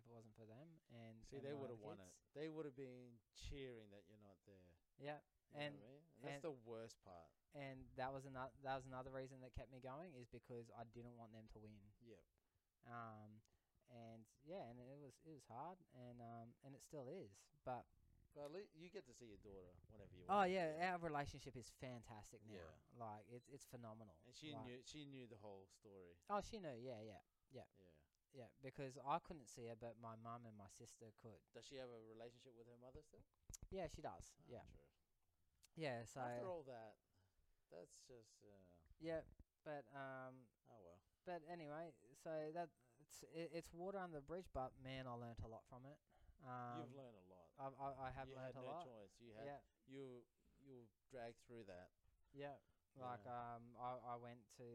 Speaker 1: if it wasn't for them. And and
Speaker 2: See, they
Speaker 1: my
Speaker 2: would
Speaker 1: other
Speaker 2: have won
Speaker 1: kids.
Speaker 2: it. They would have been cheering that you're not there.
Speaker 1: Yeah,
Speaker 2: You know
Speaker 1: and
Speaker 2: what I mean? that's
Speaker 1: and-
Speaker 2: the worst part.
Speaker 1: and that was another that was another reason that kept me going is because I didn't want them to win.
Speaker 2: Yeah.
Speaker 1: Um, and yeah, and it was it was hard, and um, and it still is. But
Speaker 2: But at least you get to see your daughter whenever you
Speaker 1: oh
Speaker 2: want.
Speaker 1: yeah, our relationship is fantastic now.
Speaker 2: Yeah.
Speaker 1: Like it's it's phenomenal.
Speaker 2: And she
Speaker 1: Like-
Speaker 2: knew. She knew the whole story.
Speaker 1: Oh, she knew. Yeah, yeah,
Speaker 2: Yeah.
Speaker 1: yeah. Because I couldn't see her, but my mum and my sister could.
Speaker 2: Does she have a relationship with her mother still?
Speaker 1: Yeah, she does.
Speaker 2: Ah,
Speaker 1: Yeah,
Speaker 2: True.
Speaker 1: yeah. So
Speaker 2: After all that, that's just. Uh,
Speaker 1: yeah, but um,
Speaker 2: oh well.
Speaker 1: but anyway, so that it's it, it's water under the bridge, but man, I learnt a lot from it. Um,
Speaker 2: You've learned a lot.
Speaker 1: I've, I, I have
Speaker 2: you
Speaker 1: learned
Speaker 2: had
Speaker 1: a
Speaker 2: no
Speaker 1: lot.
Speaker 2: choice. You had.
Speaker 1: Yeah,
Speaker 2: You you were dragged through that.
Speaker 1: yeah. Like
Speaker 2: Yeah.
Speaker 1: um, I, I went to,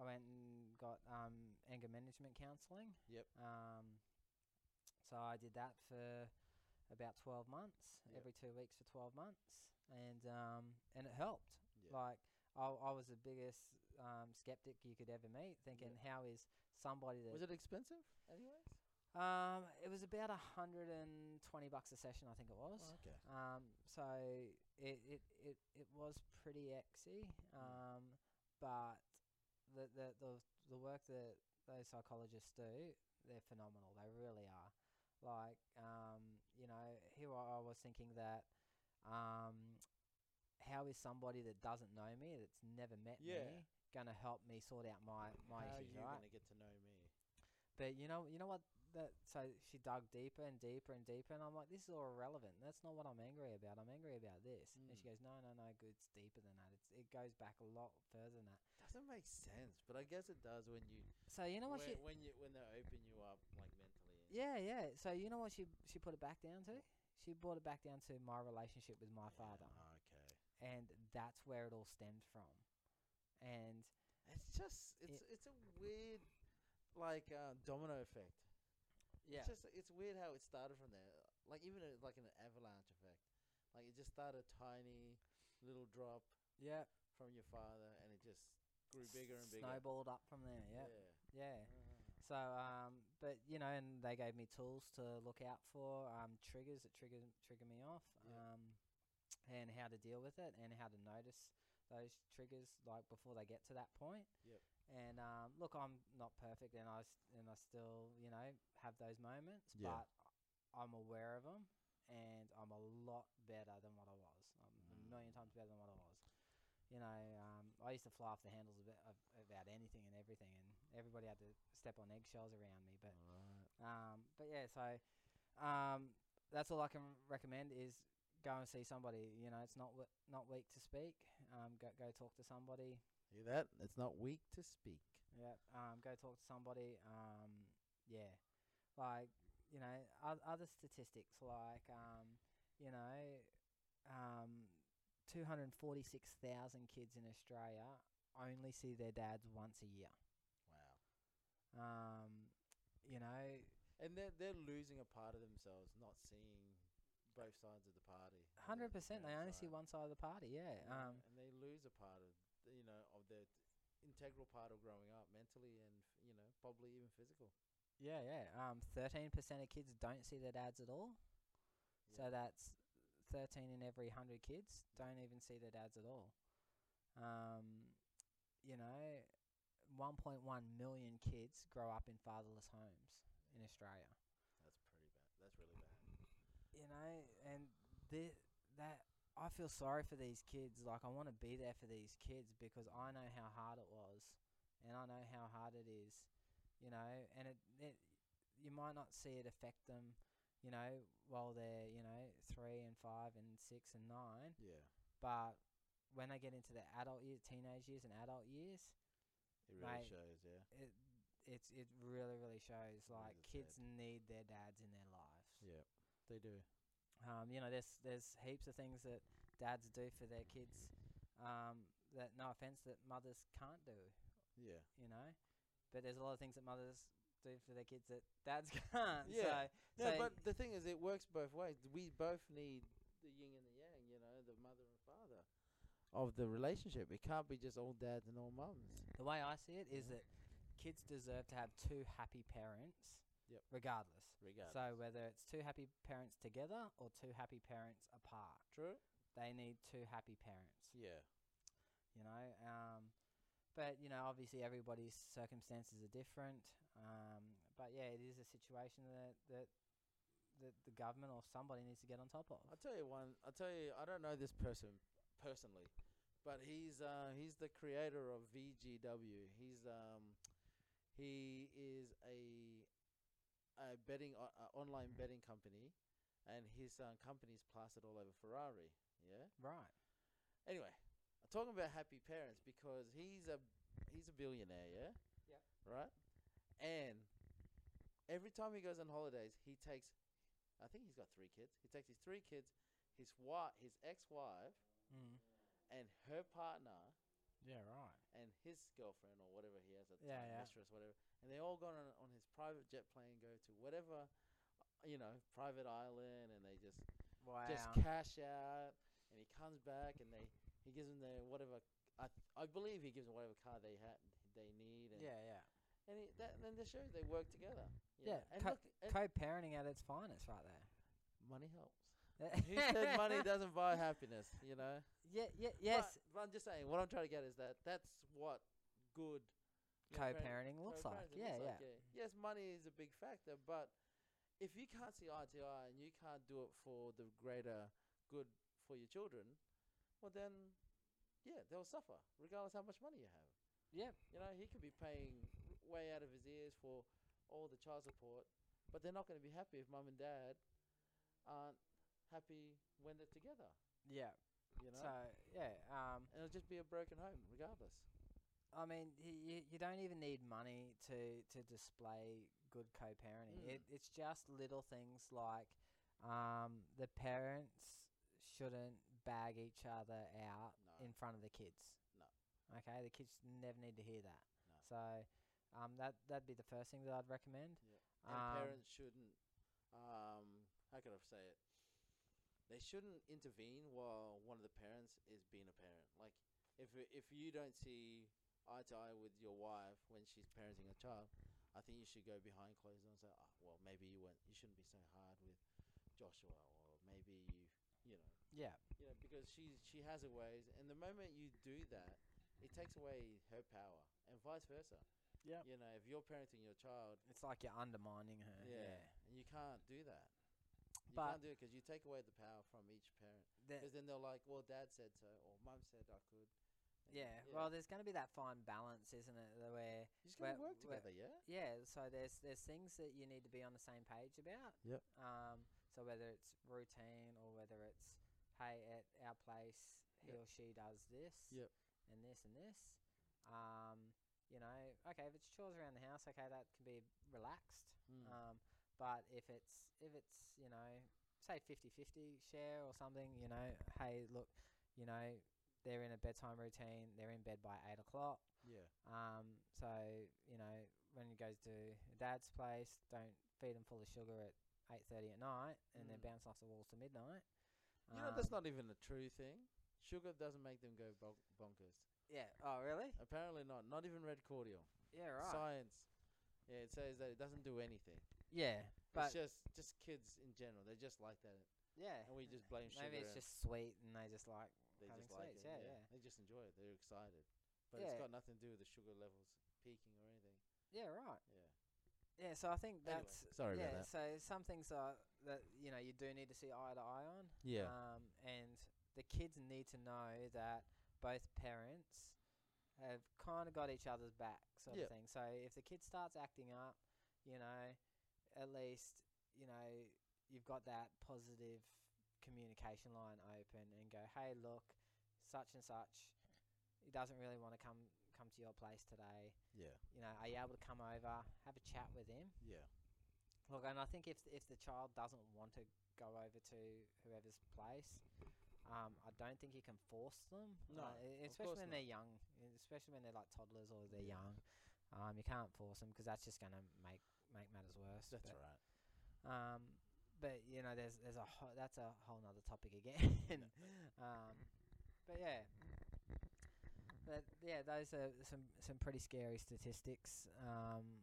Speaker 1: I went and got um anger management counselling.
Speaker 2: Yep.
Speaker 1: Um, so I did that for about twelve months,
Speaker 2: Yep.
Speaker 1: every two weeks for twelve months, and um, and it helped.
Speaker 2: Yeah.
Speaker 1: Like I, I was the biggest um skeptic you could ever meet, thinking how is somebody that
Speaker 2: Was it expensive? Anyways.
Speaker 1: um it was about a hundred and twenty bucks a session I think it was.
Speaker 2: okay.
Speaker 1: Um, so it, it, it, it was pretty exy,
Speaker 2: Mm.
Speaker 1: um, but the, the, the, the work that those psychologists do, they're phenomenal. They really are. Like, um, you know, here I I was thinking that um, how is somebody that doesn't know me, that's never met
Speaker 2: Yeah.
Speaker 1: me, going to help me sort out my, my
Speaker 2: How are
Speaker 1: issues,
Speaker 2: you
Speaker 1: right?
Speaker 2: gonna get to know me?
Speaker 1: But you know, you know what? That so she dug deeper and deeper and deeper, and I'm like, this is all irrelevant. That's not what I'm angry about. I'm angry about this. And
Speaker 2: Mm.
Speaker 1: she goes, no, no, no, good. It's deeper than that. It's, it goes back a lot further than that.
Speaker 2: Doesn't make sense, but I guess it does when you
Speaker 1: So you know what
Speaker 2: when,
Speaker 1: she?
Speaker 2: when you when they open you up
Speaker 1: Yeah, yeah. So you know what she she put it back down to? She brought it back down to my relationship with my father,
Speaker 2: Yeah, okay.
Speaker 1: and that's where it all stemmed from. And
Speaker 2: It's just it's it's a weird like uh, domino effect.
Speaker 1: yeah,
Speaker 2: It's just it's weird how it started from there. Like even a, like an avalanche effect. Like it just started tiny little drop
Speaker 1: yeah,
Speaker 2: from your father and it just grew bigger and bigger.
Speaker 1: snowballed up from there. Yeah,
Speaker 2: Yeah.
Speaker 1: yeah.
Speaker 2: Ah.
Speaker 1: So, um, but you know, and they gave me tools to look out for, um, triggers that trigger trigger me off,
Speaker 2: Yeah.
Speaker 1: um, and how to deal with it, and how to notice those triggers like before they get to that point.
Speaker 2: Yep.
Speaker 1: And um, look, I'm not perfect, and I s- and I still, you know, have those moments,
Speaker 2: Yeah.
Speaker 1: but I'm aware of them, and I'm a lot better than what I was. I'm a
Speaker 2: Mm.
Speaker 1: million times better than what I was. You know, um, I used to fly off the handles about, about anything and everything, and everybody had to step on eggshells around me. But
Speaker 2: Alright.
Speaker 1: um, but yeah, so um, that's all I can recommend is go and see somebody. You know, it's not w- not weak to speak. Um, go go talk to somebody.
Speaker 2: Hear that? It's not weak to speak.
Speaker 1: Yeah. Um, go talk to somebody. Um, yeah. Like you know, oth- other statistics like um, you know, um, two hundred forty six thousand kids in Australia only see their dads once a year.
Speaker 2: Wow.
Speaker 1: Um, you know,
Speaker 2: And they're they're losing a part of themselves, not seeing both sides of the party. and the-
Speaker 1: hundred
Speaker 2: the
Speaker 1: percent. They only see
Speaker 2: outside.
Speaker 1: one side of the party. Yeah.
Speaker 2: Yeah,
Speaker 1: Um,
Speaker 2: and they lose a part of th- you know of their integral part of growing up mentally and f- you know probably even physical.
Speaker 1: yeah, yeah. Um, thirteen percent of kids don't see their dads at all. So
Speaker 2: Yeah.
Speaker 1: that's 13 in every 100 kids don't even see their dads at all. Um, you know, 1.1 million kids grow up in fatherless homes in Australia.
Speaker 2: that's pretty bad. That's really bad.
Speaker 1: You know, and thi that I feel sorry for these kids. Like I want to be there for these kids because I know how hard it was, and I know how hard it is. You know, and it, it you might not see it affect them. You know, while they're you know three and five and six and nine,
Speaker 2: Yeah,
Speaker 1: but when they get into the adult years, teenage years, and adult years,
Speaker 2: it really
Speaker 1: Mate,
Speaker 2: shows. Yeah,
Speaker 1: it it's it really really shows.
Speaker 2: Really
Speaker 1: Like
Speaker 2: the
Speaker 1: kids need their dads in their lives.
Speaker 2: yeah, they do.
Speaker 1: Um, you know, there's there's heaps of things that dads do for their kids. Um, that no offense, that mothers can't do.
Speaker 2: Yeah,
Speaker 1: You know, but there's a lot of things that mothers do for their kids that dads can't.
Speaker 2: Yeah.
Speaker 1: So,
Speaker 2: no,
Speaker 1: so
Speaker 2: but the thing is, it works both ways. We both need the yin and the yang. You know, the mother and father of the relationship. It can't be just all dads and all mums.
Speaker 1: the way I see it is that kids deserve to have two happy parents.
Speaker 2: Yep.
Speaker 1: Regardless.
Speaker 2: Regardless.
Speaker 1: So whether it's two happy parents together or two happy parents apart,
Speaker 2: True.
Speaker 1: they need two happy parents.
Speaker 2: Yeah.
Speaker 1: you know. Um, but you know, obviously everybody's circumstances are different. Um, but yeah, it is a situation that that that the government or somebody needs to get on top of.
Speaker 2: I'll tell you one. I'll tell you. I don't know this person personally, but he's uh, he's the creator of VGW. He's um, he is a a betting o- uh, online betting company, and his um, company's plastered all over Ferrari. Yeah.
Speaker 1: Right.
Speaker 2: Anyway, I'm talking about happy parents because he's a he's a billionaire. Yeah.
Speaker 1: Yep.
Speaker 2: Right. And every time he goes on holidays, he takes. I think he's got three kids. He takes his three kids, his wife, his ex-wife,
Speaker 1: Mm.
Speaker 2: and her partner,
Speaker 1: Yeah. Right.
Speaker 2: and his girlfriend or whatever he has at the
Speaker 1: Yeah,
Speaker 2: time,
Speaker 1: yeah.
Speaker 2: mistress, whatever. And they all gone on, on his private jet plane, go to whatever, you know, private island, and they just
Speaker 1: Wow.
Speaker 2: just cash out, and he comes back, and they he gives them their whatever. I I believe he gives them whatever car they had they need. And,
Speaker 1: yeah. Yeah.
Speaker 2: and he, that then this shows they work together. you
Speaker 1: Yeah,
Speaker 2: know. and
Speaker 1: co-
Speaker 2: look, and
Speaker 1: Co-parenting at its finest, right there.
Speaker 2: money helps. Who said money doesn't buy happiness? You know.
Speaker 1: yeah. Yeah. Yes.
Speaker 2: But, but I'm just saying, what I'm trying to get is that that's what good you know, parent-
Speaker 1: co-parenting looks like.
Speaker 2: co-parenting
Speaker 1: yeah.
Speaker 2: looks
Speaker 1: yeah.
Speaker 2: like, Yes, money is a big factor, but if you can't see eye to eye and you can't do it for the greater good for your children, well then, yeah, they'll suffer regardless how much money you have.
Speaker 1: Yep.
Speaker 2: You know, he could be paying way out of his ears for all the child support, but they're not going to be happy if mum and dad aren't happy when they're together.
Speaker 1: Yeah.
Speaker 2: You know,
Speaker 1: So yeah. Um.
Speaker 2: and it'll just be a broken home regardless.
Speaker 1: I mean, y- you, you don't even need money to to display good co-parenting.
Speaker 2: Mm.
Speaker 1: It, it's just little things like um, the parents shouldn't bag each other out
Speaker 2: No.
Speaker 1: in front of the kids.
Speaker 2: No.
Speaker 1: Okay, the kids never need to hear that.
Speaker 2: No.
Speaker 1: So um, that that'd be the first thing that I'd recommend.
Speaker 2: Yeah. And
Speaker 1: Um,
Speaker 2: parents shouldn't. Um, how could I say it? They shouldn't intervene while one of the parents is being a parent. Like, if y- if you don't see eye to eye with your wife when she's parenting a child, I think you should go behind closed doors and say, oh, well, maybe you weren't. You shouldn't be so hard with Joshua, or maybe you, you know,
Speaker 1: yeah,
Speaker 2: you know, because she she has her ways, and the moment you do that, it takes away her power, and vice versa.
Speaker 1: Yep.
Speaker 2: You know, if you're parenting your child,
Speaker 1: it's like you're undermining her.
Speaker 2: yeah. And you can't do that. You
Speaker 1: But- Eh.
Speaker 2: can't do it because you take away the power from each parent.
Speaker 1: Th-
Speaker 2: Because then they're like, well, dad said so, or mum said I could. And
Speaker 1: yeah. Well, there's going to be that fine balance, isn't it? the- Where
Speaker 2: you just got to
Speaker 1: well,
Speaker 2: work
Speaker 1: well-
Speaker 2: together,
Speaker 1: yeah,
Speaker 2: yeah?
Speaker 1: so there's there's things that you need to be on the same page about.
Speaker 2: Yep.
Speaker 1: Um. So whether it's routine or whether it's hey at our place he
Speaker 2: Yep.
Speaker 1: or she does this.
Speaker 2: Yep.
Speaker 1: And this and this. Um. You know, okay, if it's chores around the house, okay, that can be relaxed.
Speaker 2: Hmm. Mm.
Speaker 1: Um, but if it's if it's you know say 50-50 share or something, you know, hey, look, you know, they're in a bedtime routine. They're in bed by eight o'clock.
Speaker 2: yeah.
Speaker 1: Um, so you know, when he goes to dad's place, don't feed him full of sugar at eight thirty at night, and then
Speaker 2: Mm.
Speaker 1: bounce off the walls to midnight.
Speaker 2: You know, that's
Speaker 1: Um,
Speaker 2: not even a true thing. Sugar doesn't make them go bon- bonkers.
Speaker 1: Yeah. Oh, really?
Speaker 2: Apparently not. Not even red cordial.
Speaker 1: Yeah. Right.
Speaker 2: Science. Yeah, it says that it doesn't do anything.
Speaker 1: yeah. But
Speaker 2: it's just just kids in general. They're just like that,
Speaker 1: yeah.
Speaker 2: and we just blame sugar.
Speaker 1: Maybe it's
Speaker 2: and
Speaker 1: just sweet, and they just like.
Speaker 2: they
Speaker 1: having
Speaker 2: just like
Speaker 1: sweets,
Speaker 2: it.
Speaker 1: yeah,
Speaker 2: Yeah,
Speaker 1: yeah.
Speaker 2: they just enjoy it. They're excited, but
Speaker 1: Yeah.
Speaker 2: it's got nothing to do with the sugar levels peaking or anything.
Speaker 1: Yeah. Right.
Speaker 2: Yeah.
Speaker 1: Yeah. So I think
Speaker 2: Anyway,
Speaker 1: that's.
Speaker 2: sorry
Speaker 1: yeah.
Speaker 2: about that.
Speaker 1: So some things are that you know you do need to see eye to eye on.
Speaker 2: Yeah.
Speaker 1: Um, and the kids need to know that both parents have kind of got each other's back, sort
Speaker 2: Yep.
Speaker 1: of thing. So if the kid starts acting up, you know, at least you know you've got that positive communication line open and go, hey, look, such and such, he doesn't really want to come come to your place today.
Speaker 2: yeah.
Speaker 1: You know, are you able to come over, have a chat with him?
Speaker 2: Yeah.
Speaker 1: Look, and I think if if the child doesn't want to go over to whoever's place, um, I don't think you can force them.
Speaker 2: No,
Speaker 1: uh, e-
Speaker 2: of
Speaker 1: especially
Speaker 2: course
Speaker 1: when they're young, especially when they're like toddlers or they're young. Um, you can't force them because that's just gonna make make matters worse.
Speaker 2: That's
Speaker 1: but,
Speaker 2: right.
Speaker 1: Um, but you know, there's there's a ho- that's a whole nother topic again. um, but yeah. But yeah, those are some some pretty scary statistics. Um,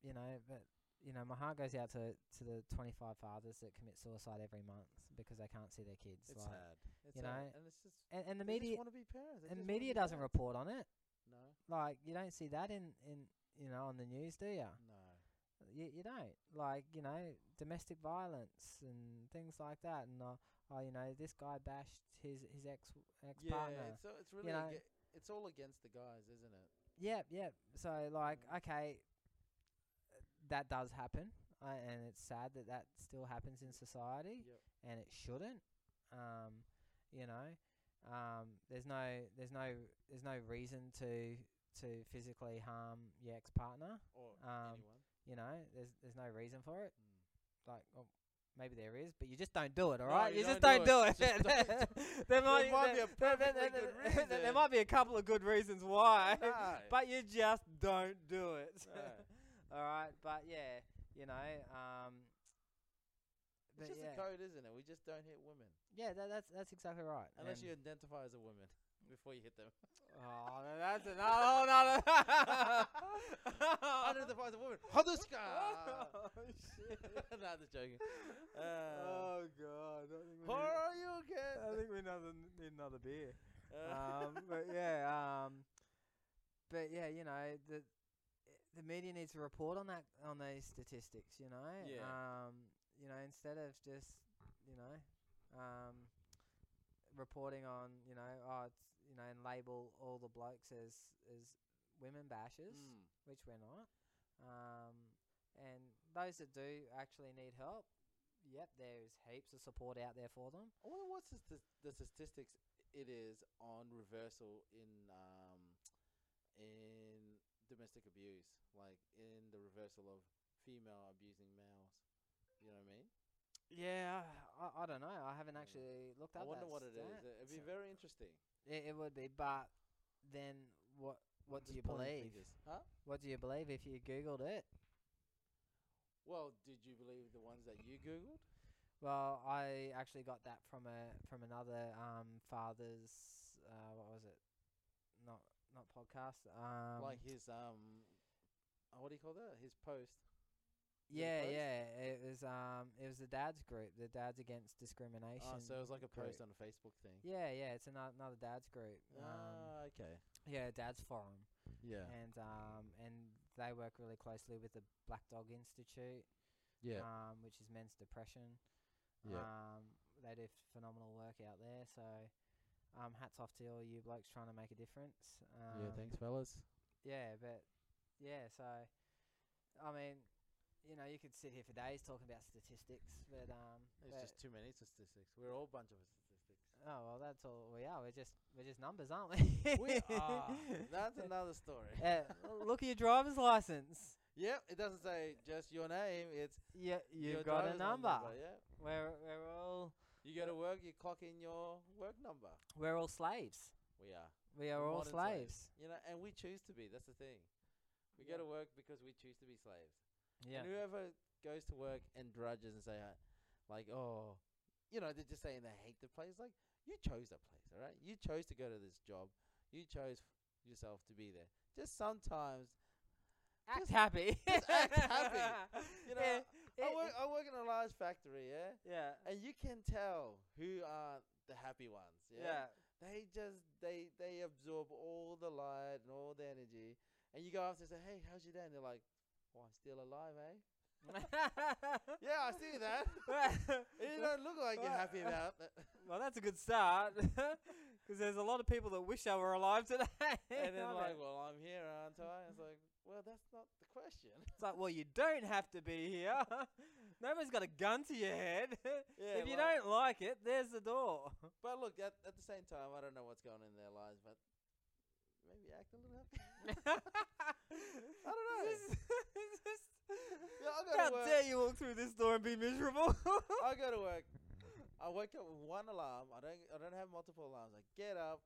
Speaker 1: you know, but you know, my heart goes out to to the 25 fathers that commit suicide every month because they can't see their kids.
Speaker 2: It's,
Speaker 1: like,
Speaker 2: sad. It's
Speaker 1: you
Speaker 2: sad.
Speaker 1: know,
Speaker 2: and it's just
Speaker 1: and, and the
Speaker 2: they just
Speaker 1: media
Speaker 2: want to be parents. They
Speaker 1: and the
Speaker 2: just wanna
Speaker 1: media
Speaker 2: be
Speaker 1: doesn't
Speaker 2: parents.
Speaker 1: report on it.
Speaker 2: No.
Speaker 1: Like you don't see that in in you know on the news, do you?
Speaker 2: No.
Speaker 1: you, you don't like you know domestic violence and things like that and uh, oh you know this guy bashed his his ex ex
Speaker 2: Yeah.
Speaker 1: partner
Speaker 2: It's so- it's really
Speaker 1: know.
Speaker 2: aga- it's all against the guys, isn't it?
Speaker 1: yep yep so like
Speaker 2: Mm.
Speaker 1: okay that does happen uh, and it's sad that that still happens in society
Speaker 2: Yep.
Speaker 1: and it shouldn't um you know um there's no there's no there's no reason to to physically harm your ex partner
Speaker 2: Or
Speaker 1: Um,
Speaker 2: anyone.
Speaker 1: you know there's there's no reason for it
Speaker 2: Mm.
Speaker 1: like well, maybe there is, but you just don't do it, all
Speaker 2: No,
Speaker 1: right?
Speaker 2: you
Speaker 1: you, just
Speaker 2: don't
Speaker 1: don't do it.
Speaker 2: do it. Just don't
Speaker 1: there
Speaker 2: There might be a
Speaker 1: there- there- there-
Speaker 2: perfectly
Speaker 1: there-
Speaker 2: good
Speaker 1: there- There
Speaker 2: reason.
Speaker 1: might be a couple of good reasons why,
Speaker 2: No.
Speaker 1: but you just don't do it.
Speaker 2: No.
Speaker 1: all right, but yeah, you know, um, but
Speaker 2: It's just
Speaker 1: yeah,
Speaker 2: a code, isn't it? We just don't hit women
Speaker 1: yeah, that, that's that's exactly right.
Speaker 2: unless
Speaker 1: and-
Speaker 2: you identify as a woman before you hit them.
Speaker 1: oh, no, that's another whole nother.
Speaker 2: identify as a woman. Hoduska.
Speaker 1: oh shit!
Speaker 2: no, I'm just joking. Uh,
Speaker 1: oh god! I think we need-
Speaker 2: Where are you
Speaker 1: I
Speaker 2: again?
Speaker 1: think we another- need another beer.
Speaker 2: Uh,
Speaker 1: um, but yeah, um, but yeah, you know the the media needs to report on that on those statistics. You know,
Speaker 2: Yeah.
Speaker 1: Um, you know, instead of just you know, um, reporting on you know, oh, it's, you know, and label all the blokes as as women bashers,
Speaker 2: mm,
Speaker 1: which we're not. Um, and those that do actually need help, yep, there's heaps of support out there for them.
Speaker 2: I wonder what's the, st- the statistics it is on reversal in um in domestic abuse, like in the reversal of female abusing males. You know what I mean?
Speaker 1: Yeah, I, I don't know. I haven't
Speaker 2: Yeah.
Speaker 1: actually looked up.
Speaker 2: Hmm. I
Speaker 1: that
Speaker 2: wonder what it is.
Speaker 1: stat.
Speaker 2: It'd be very interesting.
Speaker 1: It, it would be, but then what? What do
Speaker 2: Just
Speaker 1: you
Speaker 2: pointing
Speaker 1: believe?
Speaker 2: fingers. Huh?
Speaker 1: What do you believe if you googled it?
Speaker 2: Well, did you believe the ones that you googled?
Speaker 1: Well, I actually got that from a from another um father's uh what was it? Not not podcast. Um
Speaker 2: like his um, oh, what do you call that? His post. the
Speaker 1: Yeah,
Speaker 2: post?
Speaker 1: yeah. It was um it was the dad's group, the dads against discrimination.
Speaker 2: Oh, so it was like a
Speaker 1: great.
Speaker 2: post on a Facebook thing.
Speaker 1: yeah, yeah, it's another, another dad's group. Um,
Speaker 2: Ah, okay.
Speaker 1: yeah, dad's forum.
Speaker 2: Yeah.
Speaker 1: And um and they work really closely with the Black Dog Institute.
Speaker 2: Yeah.
Speaker 1: um, which is men's depression.
Speaker 2: Yeah.
Speaker 1: Um, they do phenomenal work out there. So, um, hats off to all you blokes trying to make a difference. Um,
Speaker 2: yeah. Thanks, fellas.
Speaker 1: Yeah, but yeah, so I mean, you know, you could sit here for days talking about statistics, but um,
Speaker 2: It's
Speaker 1: but-
Speaker 2: just too many statistics. We're all a bunch of statistics.
Speaker 1: oh well, that's all we are. We're just we're just numbers, aren't we?
Speaker 2: we are. That's another story.
Speaker 1: Uh, look at your driver's license.
Speaker 2: Yep. It doesn't say just your name. It's
Speaker 1: Yeah, you've
Speaker 2: your
Speaker 1: got a
Speaker 2: driver's license
Speaker 1: number.
Speaker 2: Yeah.
Speaker 1: We're we're all
Speaker 2: You go to work. You clock in your work number.
Speaker 1: we're all slaves.
Speaker 2: We are.
Speaker 1: We are
Speaker 2: We're
Speaker 1: all
Speaker 2: modern
Speaker 1: slaves.
Speaker 2: You know, and we choose to be. That's the thing. We
Speaker 1: Yeah.
Speaker 2: go to work because we choose to be slaves.
Speaker 1: Yeah.
Speaker 2: And whoever goes to work and drudges and say, uh, like, oh, you know, they're just saying they hate the place. Like, you chose that place, all right? You chose to go to this job. You chose yourself to be there. Just sometimes,
Speaker 1: act
Speaker 2: Just-
Speaker 1: happy.
Speaker 2: just act happy. You know,
Speaker 1: yeah,
Speaker 2: I,
Speaker 1: it-
Speaker 2: work, I work in a large factory, yeah?
Speaker 1: yeah,
Speaker 2: And you can tell who aren't the happy ones,
Speaker 1: yeah,
Speaker 2: they just they they absorb all the light and all the energy and you go after and say hey how's your day and they're like well i'm still alive eh yeah i see that and you don't look like you're happy about it
Speaker 1: well, that's a good start, because there's a lot of people that wish they were alive today.
Speaker 2: and then
Speaker 1: aren't
Speaker 2: like
Speaker 1: there?
Speaker 2: well i'm here aren't i it's like well that's not the question
Speaker 1: it's like, well, you don't have to be here. Nobody's got a gun to your head.
Speaker 2: yeah
Speaker 1: if you
Speaker 2: like-
Speaker 1: don't like it, there's the door.
Speaker 2: but look at, at the same time i don't know what's going on in their lives but maybe act a little happy
Speaker 1: I
Speaker 2: know. Yeah, I gotta
Speaker 1: How
Speaker 2: work.
Speaker 1: dare you walk through this door and be miserable?
Speaker 2: I go to work. I wake up with one alarm. I don't. I don't have multiple alarms. I get up,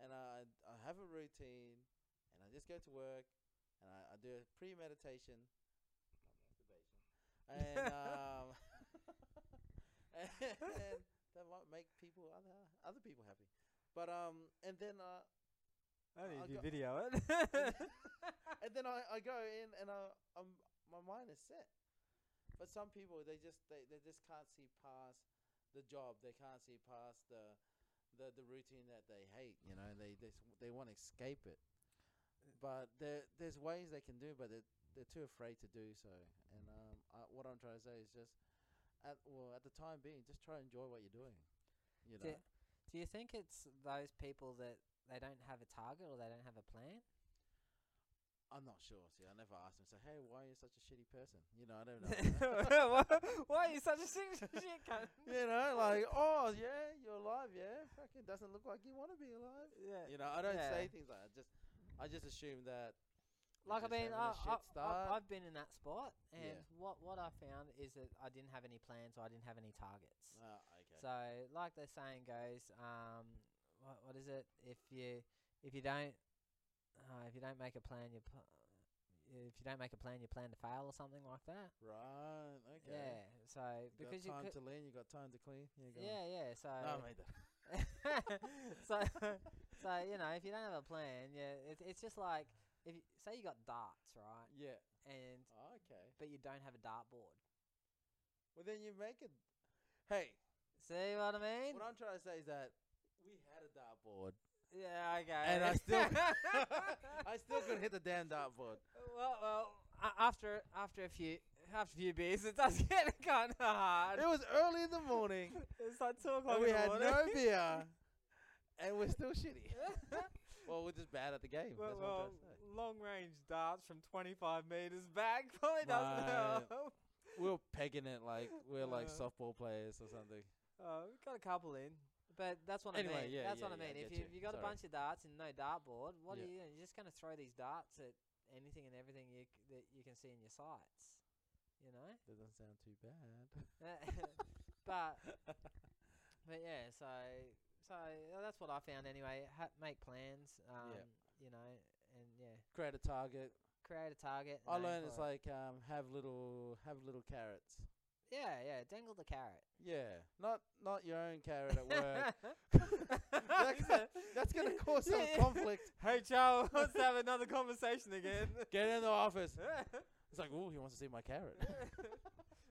Speaker 2: and I I have a routine, and I just go to work, and I, I do a premeditation, not masturbation, and um, and that might make people other other people happy, but um, and then uh,
Speaker 1: I
Speaker 2: I
Speaker 1: need you
Speaker 2: got-
Speaker 1: video it.
Speaker 2: and then I, I go in and I I'm, my mind is set. But some people they just they, they just can't see past the job. They can't see past the the, the routine that they hate. You know, they they s- they want to escape it. But there there's ways they can do, it, but they're, they're too afraid to do so. And um, I, what I'm trying to say is just at well at the time being, just try and enjoy what you're doing. You
Speaker 1: Do,
Speaker 2: know.
Speaker 1: do you think it's those people that they don't have a target or they don't have a plan?
Speaker 2: I'm not sure. See, I never asked them. So, hey, why are you such a shitty person? You know, I don't know.
Speaker 1: why, why are you such a sick shit cunt?
Speaker 2: You know, like, oh yeah, you're alive, yeah. Fucking doesn't look like you want to be alive.
Speaker 1: Yeah.
Speaker 2: You know, I don't
Speaker 1: Yeah.
Speaker 2: say things like that. Just, I just assume that. you're
Speaker 1: Like I
Speaker 2: just
Speaker 1: mean,
Speaker 2: having a
Speaker 1: I,
Speaker 2: shit
Speaker 1: I,
Speaker 2: start.
Speaker 1: I, I've been in that spot, and
Speaker 2: Yeah.
Speaker 1: what what I found is that I didn't have any plans or I didn't have any targets.
Speaker 2: Ah, okay.
Speaker 1: So, like the saying goes, um, what, what is it? If you if you don't uh, if you don't make a plan, you pl- if you don't make a plan, you plan to fail or something like that.
Speaker 2: right. Okay.
Speaker 1: Yeah. So
Speaker 2: You
Speaker 1: because
Speaker 2: got time
Speaker 1: you could,
Speaker 2: to lean. You got time to clean. Yeah. Go
Speaker 1: yeah yeah so
Speaker 2: On. No, I made that.
Speaker 1: so, so you know, if you don't have a plan, yeah, it, it's just like if you, say you got darts, right?
Speaker 2: Yeah.
Speaker 1: And
Speaker 2: Oh, okay.
Speaker 1: but you don't have a dartboard.
Speaker 2: Well, then you make it. Hey,
Speaker 1: See what I mean?
Speaker 2: what I'm trying to say is that we had a dartboard,
Speaker 1: yeah, okay.
Speaker 2: and I still, I still couldn't hit the damn dartboard.
Speaker 1: well, well, a- after after a few after a few beers, it does get kind of hard.
Speaker 2: It was early in the morning.
Speaker 1: It's like two o'clock.
Speaker 2: and we
Speaker 1: in the
Speaker 2: had
Speaker 1: morning.
Speaker 2: no beer, and we're still shitty. well, we're just bad at the game.
Speaker 1: well,
Speaker 2: That's what I'm
Speaker 1: well,
Speaker 2: trying to say.
Speaker 1: long range darts from twenty five meters back probably doesn't
Speaker 2: Right.
Speaker 1: help.
Speaker 2: We We're pegging it like we're like
Speaker 1: Uh,
Speaker 2: softball players or something.
Speaker 1: Oh, we got a couple in. But that's what I
Speaker 2: Anyway,
Speaker 1: mean.
Speaker 2: yeah,
Speaker 1: that's
Speaker 2: yeah,
Speaker 1: what I
Speaker 2: yeah, I
Speaker 1: mean. if
Speaker 2: get
Speaker 1: you, you
Speaker 2: you.
Speaker 1: got
Speaker 2: Sorry.
Speaker 1: a bunch of darts and no dartboard, what
Speaker 2: Yeah.
Speaker 1: are you doing? You're just going to throw these darts at anything and everything you c- that you can see in your sights. you know.
Speaker 2: Doesn't sound too bad.
Speaker 1: but but yeah, so so uh, that's what I found anyway. Ha- make plans, um,
Speaker 2: Yeah.
Speaker 1: you know, and yeah,
Speaker 2: Create a target.
Speaker 1: create a target. and
Speaker 2: I
Speaker 1: aim
Speaker 2: learned it's
Speaker 1: for it.
Speaker 2: like um, have little have little carrots.
Speaker 1: yeah, yeah, dangle the carrot.
Speaker 2: Yeah, not not your own carrot at work. That's gonna- That's gonna cause some
Speaker 1: Yeah.
Speaker 2: conflict.
Speaker 1: Hey, Joe, let's have another conversation again.
Speaker 2: Get in the office. It's like, oh, he wants to see my carrot.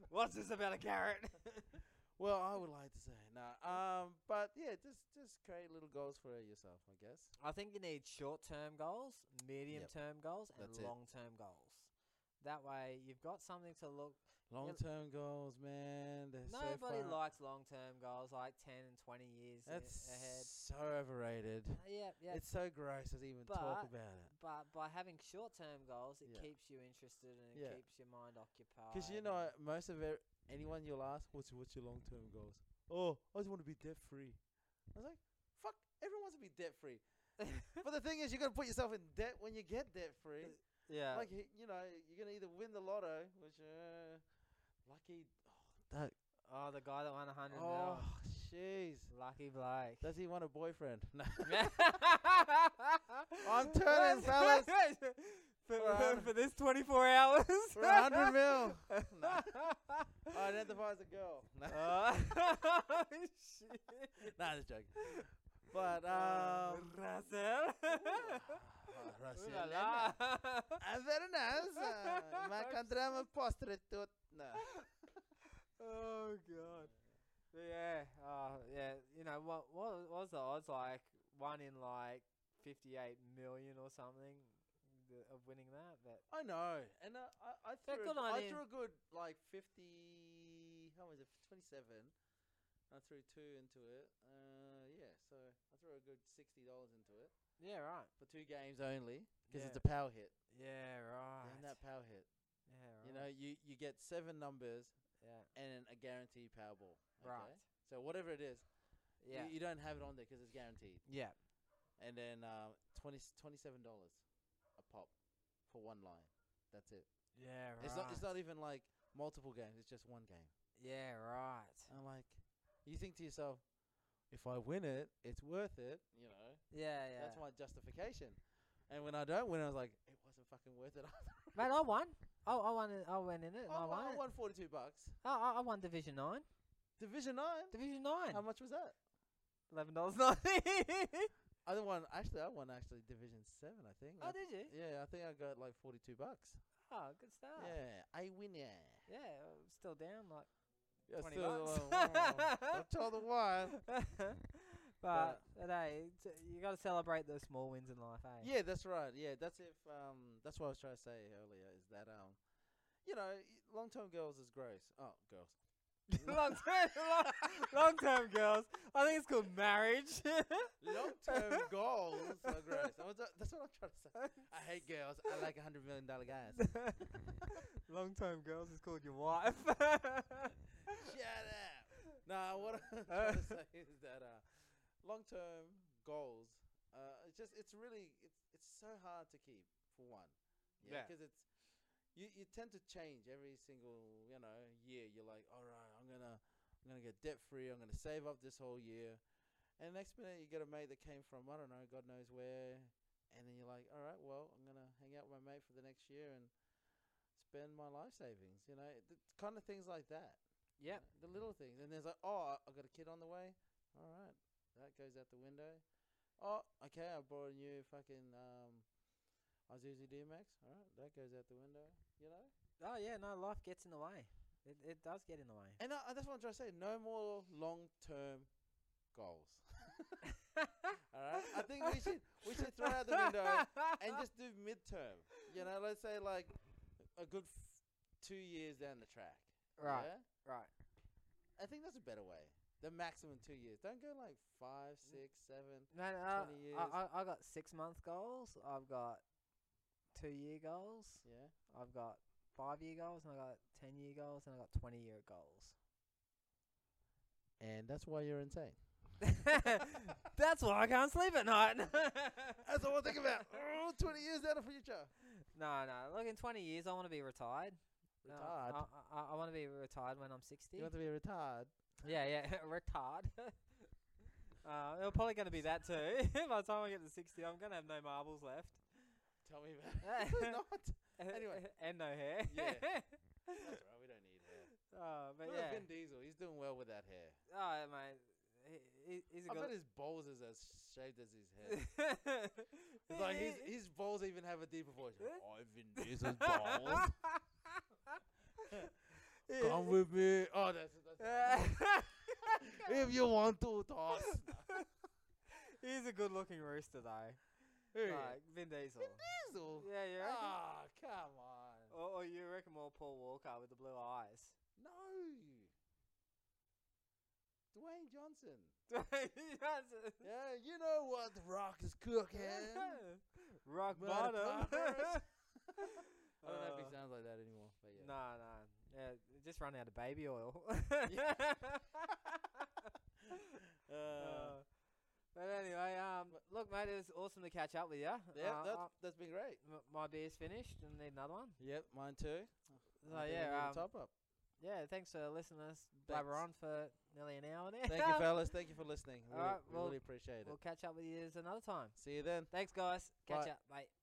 Speaker 1: What's this about a carrot?
Speaker 2: well, I would like to say no. Um, but yeah, just just create little goals for yourself, I guess.
Speaker 1: I think you need short term goals, medium term goals,
Speaker 2: That's
Speaker 1: and
Speaker 2: it.
Speaker 1: long term goals. That way, you've got something to look
Speaker 2: Long term goals, man. They're so
Speaker 1: Nobody
Speaker 2: far-
Speaker 1: likes long term goals like 10 and 20 years i-
Speaker 2: That's
Speaker 1: ahead.
Speaker 2: so overrated.
Speaker 1: Uh, yeah, yeah.
Speaker 2: It's so gross to even
Speaker 1: But-
Speaker 2: talk about it.
Speaker 1: but by having short term goals, it
Speaker 2: Yeah.
Speaker 1: keeps you interested and it
Speaker 2: Yeah.
Speaker 1: keeps your mind occupied.
Speaker 2: Because you
Speaker 1: and-
Speaker 2: know, most of er- anyone you'll ask, what's what's your long term goals? Oh, I just want to be debt free. I was like, fuck, everyone wants to be debt free. But the thing is, you got to put yourself in debt when you get debt free.
Speaker 1: yeah.
Speaker 2: Like y- you know, you're gonna either win the lotto, which uh, lucky. Oh, that.
Speaker 1: oh, the guy that won 100
Speaker 2: Oh,
Speaker 1: mil.
Speaker 2: jeez.
Speaker 1: Lucky Blake.
Speaker 2: Does he want a boyfriend? No.
Speaker 1: I'm
Speaker 2: turning, fellas.
Speaker 1: For,
Speaker 2: For a hundred-
Speaker 1: for this 24 hours.
Speaker 2: For a hundred mil. Nah. I identify as a girl. No,
Speaker 1: Oh, shit.
Speaker 2: nah, just joking. But um,
Speaker 1: Russell.
Speaker 2: Russell,
Speaker 1: Ooh la la.
Speaker 2: Avernaz, ma cantrama postre tut. No.
Speaker 1: oh god. But yeah, uh, yeah. You know what? What what was the odds? Like one in like fifty-eight million or something th- of winning that. But
Speaker 2: I know, and uh, I, I
Speaker 1: Yeah,
Speaker 2: threw, a-
Speaker 1: good on
Speaker 2: I
Speaker 1: him.
Speaker 2: threw a good like fifty. How was it? Twenty-seven. I threw two into it. Uh, yeah, so I threw a good sixty dollars into it
Speaker 1: yeah, right.
Speaker 2: for two games only because it's
Speaker 1: Yeah.
Speaker 2: a power hit.
Speaker 1: Yeah, right.
Speaker 2: And that power hit,
Speaker 1: yeah, right.
Speaker 2: you know, you you get seven numbers
Speaker 1: Yeah.
Speaker 2: and a guaranteed Powerball. Okay?
Speaker 1: Right.
Speaker 2: So whatever it is,
Speaker 1: Yeah.
Speaker 2: you, you don't have it on there because it's guaranteed.
Speaker 1: yeah.
Speaker 2: And then uh, 20, $27 a pop for one line. That's it.
Speaker 1: Yeah. Right.
Speaker 2: It's not. It's not even like multiple games. It's just one game.
Speaker 1: yeah. Right.
Speaker 2: And I'm like, you think to yourself, if I win it, it's worth it. You know,
Speaker 1: Yeah. Yeah.
Speaker 2: that's my justification. And when I don't win, I was like, it wasn't fucking worth it.
Speaker 1: Mate, I won. Oh, I won. it- I went in it. I won.
Speaker 2: I, won, I
Speaker 1: it.
Speaker 2: won forty-two bucks.
Speaker 1: Oh, I, I won Division Nine.
Speaker 2: Division nine.
Speaker 1: Division Nine. Oh,
Speaker 2: How much was that?
Speaker 1: Eleven dollars ninety.
Speaker 2: I won. Actually, I won. Actually, division seven. I think.
Speaker 1: oh,
Speaker 2: I-
Speaker 1: did you?
Speaker 2: yeah, I think I got like forty-two bucks.
Speaker 1: Oh, good stuff.
Speaker 2: Yeah, I win. Yeah.
Speaker 1: Yeah, I'm still down like
Speaker 2: Yeah,
Speaker 1: 20
Speaker 2: still,
Speaker 1: bucks.
Speaker 2: uh, wow. Don't tell the why.
Speaker 1: but,
Speaker 2: But-
Speaker 1: but hey, it's- uh, you got to celebrate the small wins in life, eh?
Speaker 2: Yeah, that's right. Yeah, that's if um that's what I was trying to say earlier is that um you know, long term girls is gross. Oh, girls.
Speaker 1: long term, long, long term girls. I think it's called marriage.
Speaker 2: Long term goals are gross. I was, uh, that's what I'm trying to say. I hate girls. I like a hundred million dollar guys.
Speaker 1: long term girls is called your wife. Oh,
Speaker 2: Shut up. Nah, what I'm trying to say is that uh long term goals, uh it's just it's really it's it's so hard to keep for one.
Speaker 1: Yeah.
Speaker 2: Yeah. Because it's you, you tend to change every single you know year. You're like, all right, I'm gonna I'm gonna get debt free. I'm gonna save up this whole year, and next minute you get a mate that came from I don't know, God knows where, and then you're like, all right, well, I'm gonna hang out with my mate for the next year and spend my life savings. You know, the kind of things like that. you
Speaker 1: Yep.
Speaker 2: know, the little things. And there's like, oh, I- I've got a kid on the way. All right, that goes out the window. Oh, okay, I bought a new fucking um, Isuzu DMX. All right, that goes out the window. You know.
Speaker 1: Oh yeah, no, life gets in the way. It it does get in the way.
Speaker 2: And I, that's what I'm trying to say. No more long-term goals. All right. I think we should we should throw out the window and just do midterm. You know, let's say like a good f- two years down the track.
Speaker 1: right,
Speaker 2: yeah?
Speaker 1: right.
Speaker 2: I think that's a better way. The maximum two years. Don't go like five, six, seven.
Speaker 1: Man, uh,
Speaker 2: 20 years.
Speaker 1: I, I I got six month goals. I've got two year goals.
Speaker 2: Yeah.
Speaker 1: I've got five year goals, and I got ten year goals, and I got twenty year goals.
Speaker 2: And that's why you're insane.
Speaker 1: That's why I can't sleep at night.
Speaker 2: That's all I think about. Oh, 20 years out of future.
Speaker 1: no, no. Look, in twenty years, I want to be retired. No,
Speaker 2: Retard.
Speaker 1: I, I, I want to be retired when I'm 60.
Speaker 2: you want to be retard?
Speaker 1: yeah, yeah, retard. uh, it'll probably going to be that too. By the time I get to 60, I'm going to have no marbles left.
Speaker 2: Tell me about it. Not. Anyway.
Speaker 1: and no hair.
Speaker 2: Yeah. That's right. We don't need hair.
Speaker 1: oh, but
Speaker 2: Look
Speaker 1: yeah.
Speaker 2: at Vin Diesel. He's doing well with that hair.
Speaker 1: Oh, mate. He, he, he's a
Speaker 2: I bet
Speaker 1: good.
Speaker 2: his balls is as shaved as his head. It's like his his balls even have a deeper voice. I'm Vin Diesel's balls. Come with me. Oh, that's, that's if you want to toss.
Speaker 1: He's a good-looking rooster, though.
Speaker 2: Who is
Speaker 1: Like Vin Diesel.
Speaker 2: Diesel?
Speaker 1: Yeah, you reckon?
Speaker 2: Ah, come on.
Speaker 1: Or, or you reckon more Paul Walker with the blue eyes?
Speaker 2: No. Dwayne Johnson.
Speaker 1: Dwayne Johnson.
Speaker 2: Yeah, you know what The Rock is cooking.
Speaker 1: Rock
Speaker 2: Murder
Speaker 1: bottom.
Speaker 2: Partners. I don't know
Speaker 1: Uh,
Speaker 2: if he sounds like that anymore. But yeah.
Speaker 1: Nah, nah. Yeah, just run out of baby oil.
Speaker 2: Uh,
Speaker 1: Uh, but anyway, um, look, mate, it was awesome to catch up with you.
Speaker 2: yeah,
Speaker 1: uh,
Speaker 2: that's,
Speaker 1: uh,
Speaker 2: that's been great.
Speaker 1: m- my beer's finished and need another one.
Speaker 2: Yep, mine too. Oh,
Speaker 1: So yeah, um,
Speaker 2: top up.
Speaker 1: yeah. Thanks for listening to us blabber on
Speaker 2: Thanks.
Speaker 1: for nearly an hour now.
Speaker 2: Thank you, fellas. Thank you for listening. We,
Speaker 1: Alright,
Speaker 2: we
Speaker 1: well,
Speaker 2: really appreciate it.
Speaker 1: We'll catch up with you another time.
Speaker 2: See you then.
Speaker 1: Thanks, guys. Catch
Speaker 2: Bye.
Speaker 1: up. Bye.